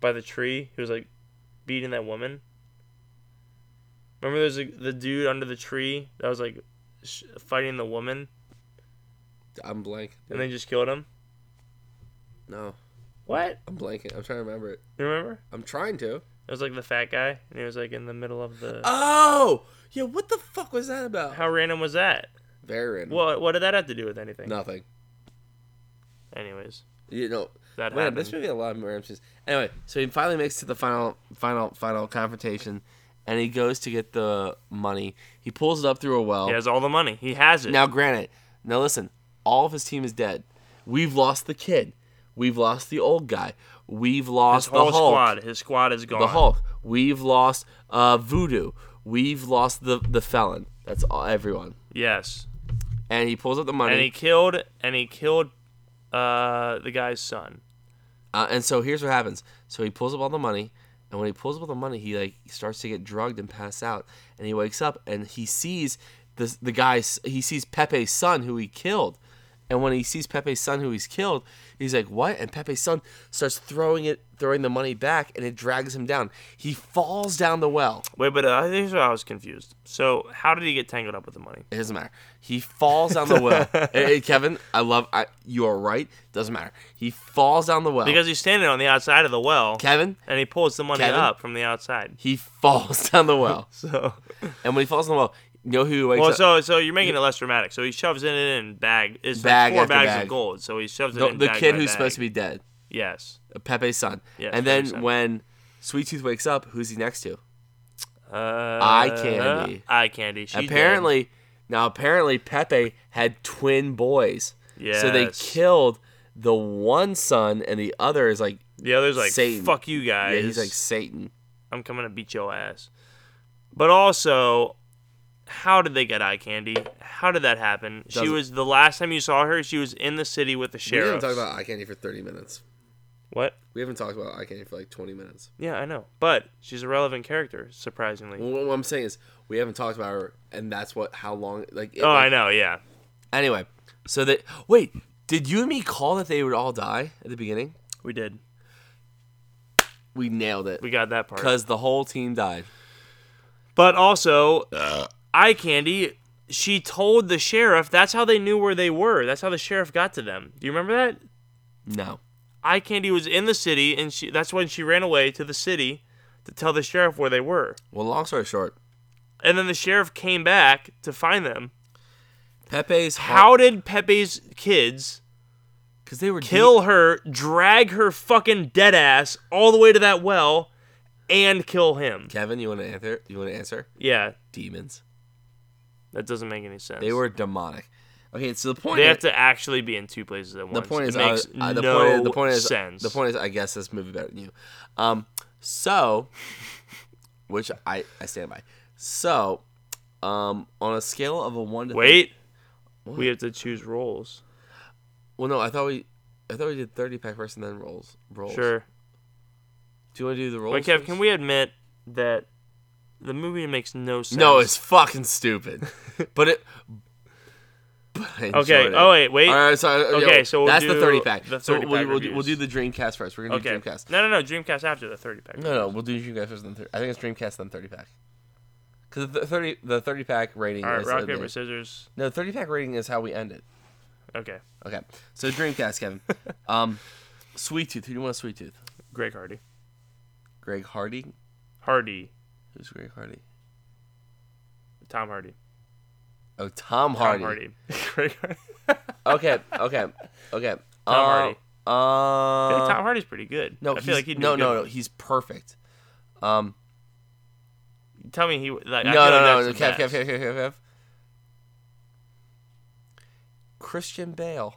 by the tree? He was like beating that woman. Remember, there's a, the dude under the tree that was like sh- fighting the woman, I'm blank. and they just killed him. No, What? I'm blanking. I'm trying to remember it. You remember? I'm trying to. It was like the fat guy, and he was like in the middle of the. Oh, yeah. What the fuck was that about? How random was that? Very random. What What did that have to do with anything? Nothing. Anyways, You know, that Man, happened. this movie had a lot of references. Anyway, so he finally makes it to the final, final, final confrontation, and he goes to get the money. He pulls it up through a well. He has all the money. He has it. Now, granted, now listen, all of his team is dead. We've lost the kid. We've lost the old guy. We've his lost the whole Hulk. squad. His squad is gone. The Hulk. We've lost uh, Voodoo. We've lost the the felon. That's all, everyone. Yes. And he pulls up the money. And he killed and he killed uh the guy's son. Uh, and so here's what happens. So he pulls up all the money, and when he pulls up all the money, he like starts to get drugged and pass out. And he wakes up and he sees this the guy's he sees Pepe's son who he killed. And when he sees Pepe's son who he's killed, he's like, "What?" And Pepe's son starts throwing it throwing the money back and it drags him down. He falls down the well. Wait, but uh, here's where I was confused. So how did he get tangled up with the money? It doesn't matter. He falls down the well. Hey, hey, Kevin, I love I, you are right. Doesn't matter. He falls down the well. Because he's standing on the outside of the well, Kevin, and he pulls the money Kevin? up from the outside. (laughs) he falls (laughs) down the well. So, And when he falls in the well, you know who wakes well, up? so so you're making it less dramatic. So he shoves it in and bag. It's Bag like four after bags bag. of gold. So he shoves it The, in. the bag kid by who's bag. supposed to be dead, uh, Yes. Pepe's son. Yes, Pepe's and then son. when Sweet Tooth wakes up, who's he next to? Uh, candy. Eye candy. She did. apparently, now apparently Pepe had twin boys. So they Yes. killed the one son, and the other is like, the other's like, Satan. "Fuck you guys." yeah, he's like Satan. I'm coming to beat your ass. But also, how did they get eye candy? How did that happen? she Doesn't- was the last time you saw her. She was in the city with the sheriff. eye candy for thirty minutes. what? We haven't talked about eye candy for like twenty minutes. Yeah, I know, but she's a relevant character, surprisingly. What I'm saying is we haven't talked about her, and that's what how long like. oh, I know. Yeah, Anyway, so that wait, did you and me call that they would all die at the beginning? we did. We nailed it We got that part. because the whole team died. But also, eye candy. She told the sheriff. That's how they knew where they were. That's how the sheriff got to them. Do you remember that? No, Eye candy was in the city, and she. That's when she ran away to the city to tell the sheriff where they were. well, long story short, and then the sheriff came back to find them. Pepe's How did Pepe's kids because they were kill her, drag her fucking dead ass all the way to that well, and kill him? de- Kevin. You want to answer? You want to answer? Yeah, Demons. that doesn't make any sense. They were demonic. Okay, so the point. They is- have to actually be in two places at once. the point it is, I makes was- I- the no point is, the point is, uh, sense. the point is, I guess this movie better than you. Um, so, which I I stand by. So, um, on a scale of a one to Wait, we have to choose roles. well, no, I thought we. I thought we did thirty pack first and then rolls. Rolls. Sure. Do you want to do the rolls? Wait, Kev, first? can we admit that the movie makes no sense? No, it's (laughs) fucking stupid. but it. But I okay. enjoyed it. Oh wait, wait. All right, so uh, Okay, so we'll that's the do thirty pack. the so 30 we'll, pack we'll, do- we'll do reviews. the Dreamcast first. We're gonna okay. do Dreamcast. No, no, no. Dreamcast after the thirty pack. No, no, we'll do Dreamcast first. And then 30. I think it's Dreamcast then thirty pack. Because the thirty, the thirty pack rating. All right, is rock the- paper scissors. No, thirty pack rating is how we end it. Okay, Okay, so Dreamcast, (laughs) Kevin. um, Sweet Tooth. Who do you want? Sweet Tooth. Greg Hardy. Greg Hardy. Hardy. Who's Greg Hardy? Tom Hardy. Oh, Tom Tom Hardy. Hardy. (laughs) Greg Hardy. Okay, okay, (laughs) okay. Hardy. Uh, (laughs) uh, I feel like Tom Hardy's pretty good. No, I he's- feel like he'd no, be no, no. He's perfect. Um, no. Tell me he like. I feel no, no, like no, no. that's Kev, the Kev, best. Kev, Kev, Kev, Kev. Christian Bale.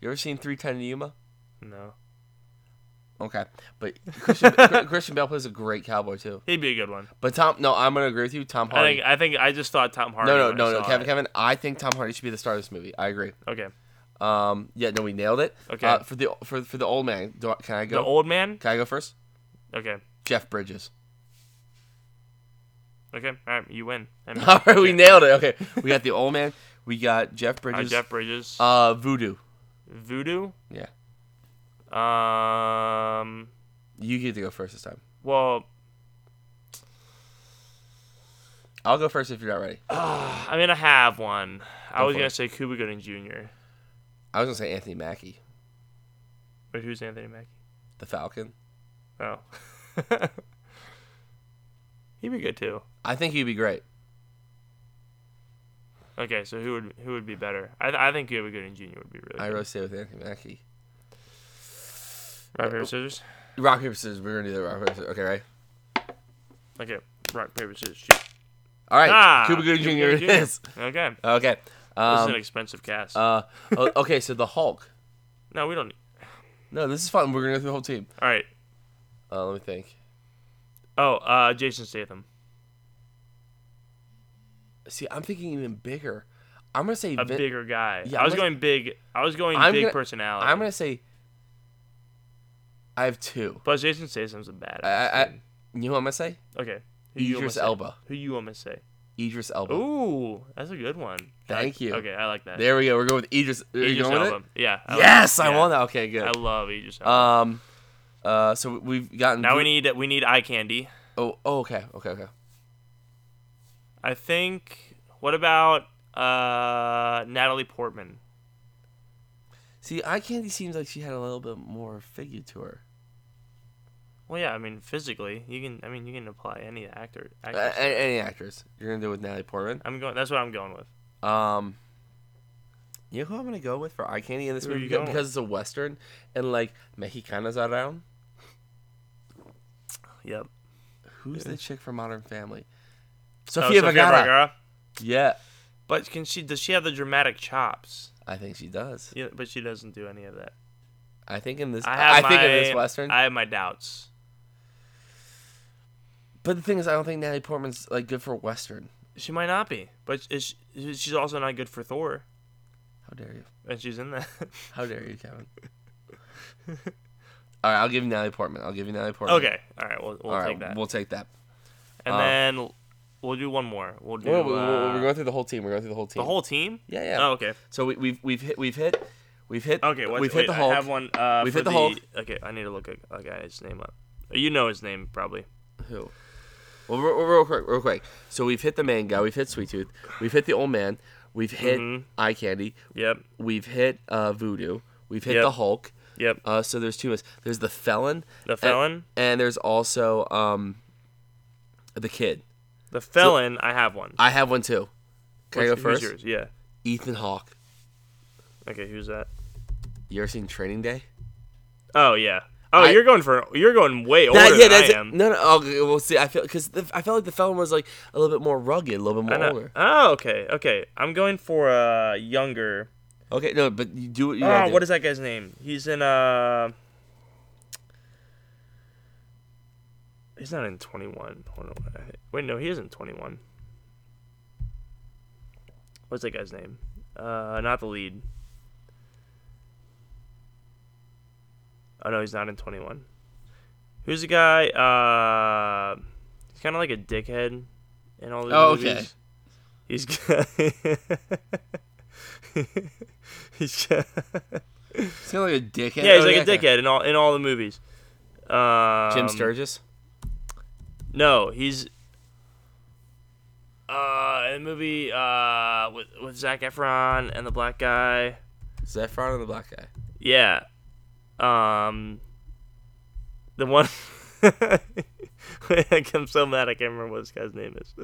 You ever seen Three Ten to Yuma? No, Okay, but (laughs) Christian, Chr- Christian Bale plays a great cowboy too. he'd be a good one. But Tom, no, I'm gonna agree with you. Tom I Hardy. think. I think I just thought Tom Hardy. no, no, when I no, no. saw Kevin, it. Kevin, I think Tom Hardy should be the star of this movie. I agree. Okay. Um, yeah, no, we nailed it. Okay. Uh, for the for, for the old man, do I, can I go? The old man? can I go first? Okay. Jeff Bridges. (laughs) Okay. All right. You win. I (laughs) mean, All right, we yeah. nailed it. Okay, we got the old man. We got Jeff All right, Bridges. Jeff Bridges. Uh, Voodoo. Voodoo. Yeah, Um. you get to go first this time. Well, I'll go first if you're not ready. I mean, I have one. I Go was for gonna it. say Cuba Gooding Jr. I was gonna say Anthony Mackie, But who's Anthony Mackie? the Falcon. Oh. (laughs) He'd be good too. I think he'd be great. Okay, so who would who would be better? I, th- I think Cuba Gooding Jr. would be really. I good. really stay with Anthony Mackie. rock paper scissors. Rock paper scissors. We're gonna do the rock paper scissors. Okay, right. Okay, rock paper scissors. Shoot. All right. Ah, Cuba Gooding Jr. It is. (laughs) Okay, this Okay. is an Um, expensive cast. uh, o- okay, so the Hulk. no, we don't. No, this is fun. We're gonna go through the whole team. All right. Uh, let me think. Oh, uh, Jason Statham. See, I'm thinking even bigger. I'm gonna say a Vin- bigger guy. Yeah, I I'm was gonna- going big. I was going I'm big gonna- personality. I'm gonna say. I have two. Plus, Jason Statham's a badass. I, I, I dude. you know what I'm gonna say? okay. Who you wanna Idris say? Elba. Who you want me to say? Idris Elba. Ooh, that's a good one. I like- Thank you. Okay, I like that. There we go. We're going with Idris. Are you Idris going with Elba. Yeah. it? I like- yes, I yeah. won that. Okay, good. I love Idris Elba. Um, uh, so we've gotten. now we need we need eye candy. Oh, oh, okay, okay, okay. I think. What about uh, Natalie Portman? See, Eye Candy seems like she had a little bit more figure to her. Well, yeah. I mean, physically, you can. I mean, you can apply any actor. A- actress. a- any actress you're gonna do with Natalie Portman? I'm going. That's what I'm going with. Um, you know who I'm gonna go with for Eye Candy in this Who are movie you because going because it's a western and like Mexicanas are around. Yep. Who's the chick from Modern Family? Oh, Sofia Vergara. Yeah, But can she? Does she have the dramatic chops? I think she does. Yeah, but she doesn't do any of that. I think in this, I have I, think my, in this western. I have my doubts. but the thing is, I don't think Natalie Portman's like good for western. She might not be, but is she, she's also not good for Thor, How dare you? and she's in that. (laughs) How dare you, Kevin? All right, I'll give you Natalie Portman. I'll give you Natalie Portman. okay, all right, we'll, we'll All right, take that, We'll take that. and uh, then l- we'll do one more. We'll do Well, we- we- uh, we're going through the whole team. We're going through the whole team. the whole team. Yeah, yeah. Oh, okay. So we, we've we've hit we've hit we've hit Okay. What's, we've wait, hit the I Hulk. have one. Uh, We've for hit the the Hulk. Okay, I need to look a, a guy's name up. You know his name probably. Who? Well, real, real- real quick, real quick. So we've hit the main guy. We've hit Sweet Tooth. We've hit the old man. We've hit Mm-hmm. Eye Candy. Yep. We've hit uh, Voodoo. We've hit Yep. the Hulk. Yep. Uh, so there's two of us. There's the felon. The and- felon? And, there's also um, the kid. the felon. I have one. I have one too. Can I go What's- who's yours? first? Yeah. Ethan Hawke. Okay. Who's that? You ever seen Training Day? Oh yeah. Oh, I- you're going for you're going way older That- yeah, than that's I am. it. No, no. Oh, okay, well, see, I feel because I felt like the felon was like a little bit more rugged, a little bit I more know. older. Oh, okay, okay. I'm going for a younger. Okay, no, but you do what you Oh, gotta do. what is that guy's name? He's in uh He's not in 21. Hold on. Wait, no, he isn't 21. What's that guy's name? Uh, not the lead. Oh no, he's not in 21. Who's the guy? Uh, he's kind of like a dickhead in all the Oh, okay. movies. He's (laughs) g- he's g- He's kind of like a dickhead. yeah, he's Oh, like a that guy. dickhead in all in all the movies. Um, Jim Sturgis. No, he's uh, in the movie uh, with with Zac Efron and the black guy. Zephron and the black guy. Yeah, um, the one. (laughs) I'm so mad I can't remember what this guy's name is.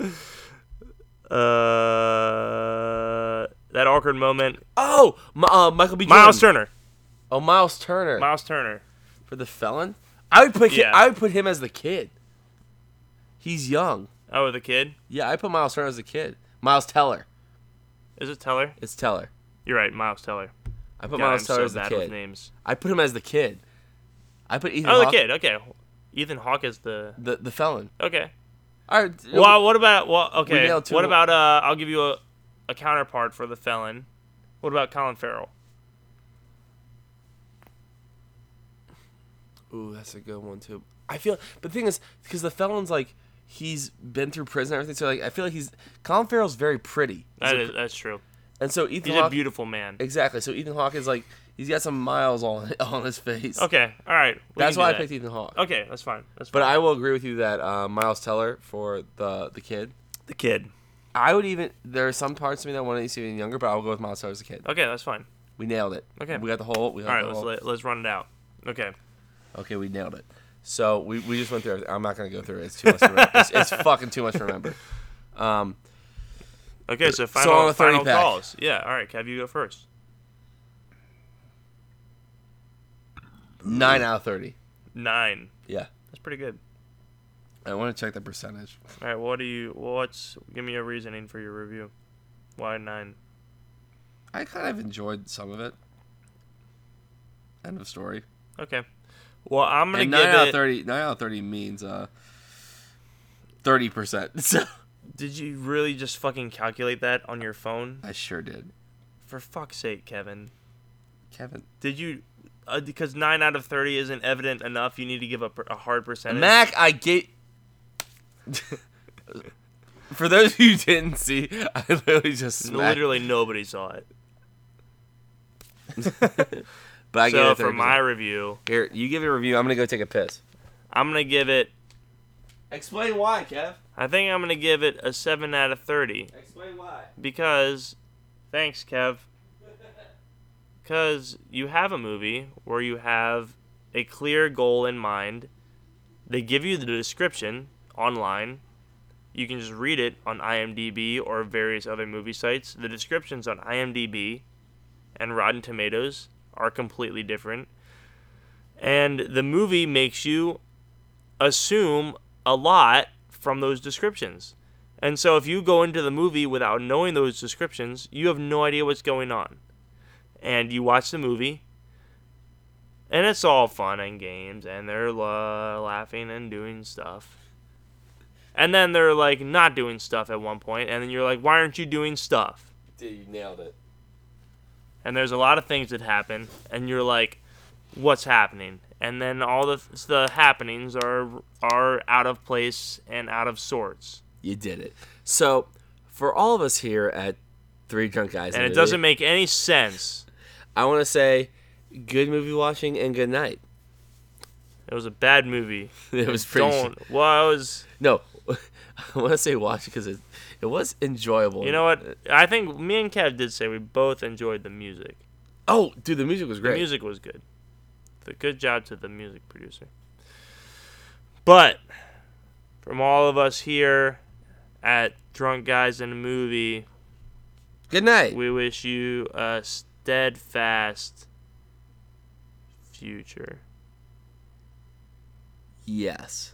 Uh, that awkward moment. Oh, M- uh, Michael B. Jordan. Miles Turner. Oh, Miles Turner Miles Turner. for the felon. I would put. Yeah. Him, I would put him as the kid. He's young. Oh, the kid. Yeah, I put Miles Turner as the kid. Miles Teller. Is it Teller? It's Teller. You're right, Miles Teller. I put God, Miles I'm Teller so as the bad with kid. names. I put him as the kid. I put Ethan. Oh, the Hawke- kid. Okay, Ethan Hawke is the The the felon. okay. All right. Well, what about well? Okay, nailed two what more. about uh? I'll give you a, a counterpart for the felon. What about Colin Farrell? Ooh, that's a good one too. I feel, but the thing is, because the felon's like he's been through prison and everything, so like I feel like he's Colin Farrell's very pretty, That is, that's true. and so Ethan He's a Hawke beautiful man. exactly. So Ethan Hawke is like he's got some miles on (laughs) on his face. Okay, all right. we that's can do why I that. picked Ethan Hawke. Okay, that's fine. That's But fine. I will agree with you that uh, Miles Teller for the the kid. the kid. I would even there are some parts of me that want to see even younger, but I'll go with Miles Teller as a kid. Okay, that's fine. We nailed it. Okay. we got the whole. We got All right, the let's whole. let, let's run it out. Okay. Okay, we nailed it. So we, we just went through. Everything. I'm not gonna go through it. It's too much. To remember. It's, (laughs) it's fucking too much to remember. Um, Okay, so So on final a 30 final pack. calls. Yeah, all right. Kev, you go first. nine out of thirty. Nine. Yeah, That's pretty good. I want to check the percentage. All right, what do you? What's? Give me a reasoning for your review. Why nine? I kind of enjoyed some of it. End of story. Okay. Well, I'm gonna And give nine out it. of thirty. Nine out of thirty means uh thirty percent. (laughs) So Did you really just fucking calculate that on your phone? I sure did, For fuck's sake, Kevin. Kevin. Did you? Uh, because nine out of thirty isn't evident enough. You need to give a, per- a hard percentage. Mac, I get. (laughs) For those who didn't see, I literally just smacked. Literally nobody saw it. (laughs) But I So get for my review, here, you give a review. I'm gonna go take a piss. I'm gonna give it. Explain why, Kev. I think I'm gonna give it a seven out of thirty Explain why. because, thanks, Kev. Because you have a movie where you have a clear goal in mind. They give you the description online. You can just read it on IMDb or various other movie sites. The descriptions on IMDb and Rotten Tomatoes are completely different. And the movie makes you assume a lot from those descriptions. And so if you go into the movie without knowing those descriptions, you have no idea what's going on. And you watch the movie, and it's all fun and games, and they're la- laughing and doing stuff. And then they're like not doing stuff at one point, and then you're like, why aren't you doing stuff? Dude, you nailed it. and there's a lot of things that happen, and you're like, what's happening? And then all the the happenings are are out of place and out of sorts, You did it. So, for all of us here at Three Drunk Guys, and it Movie, doesn't make any sense. I want to say, good movie watching and good (laughs) night. It was a bad movie. (laughs) It was pretty. Don't. Well, I was. No, (laughs) I want to say watch because it it was enjoyable. You know what? I think me and Kev did say we both enjoyed the music. Oh, dude, the music was The great. music was good. The good job to the music producer. But from all of us here at Drunk Guys in a Movie, Good night. We wish you a steadfast future. yes.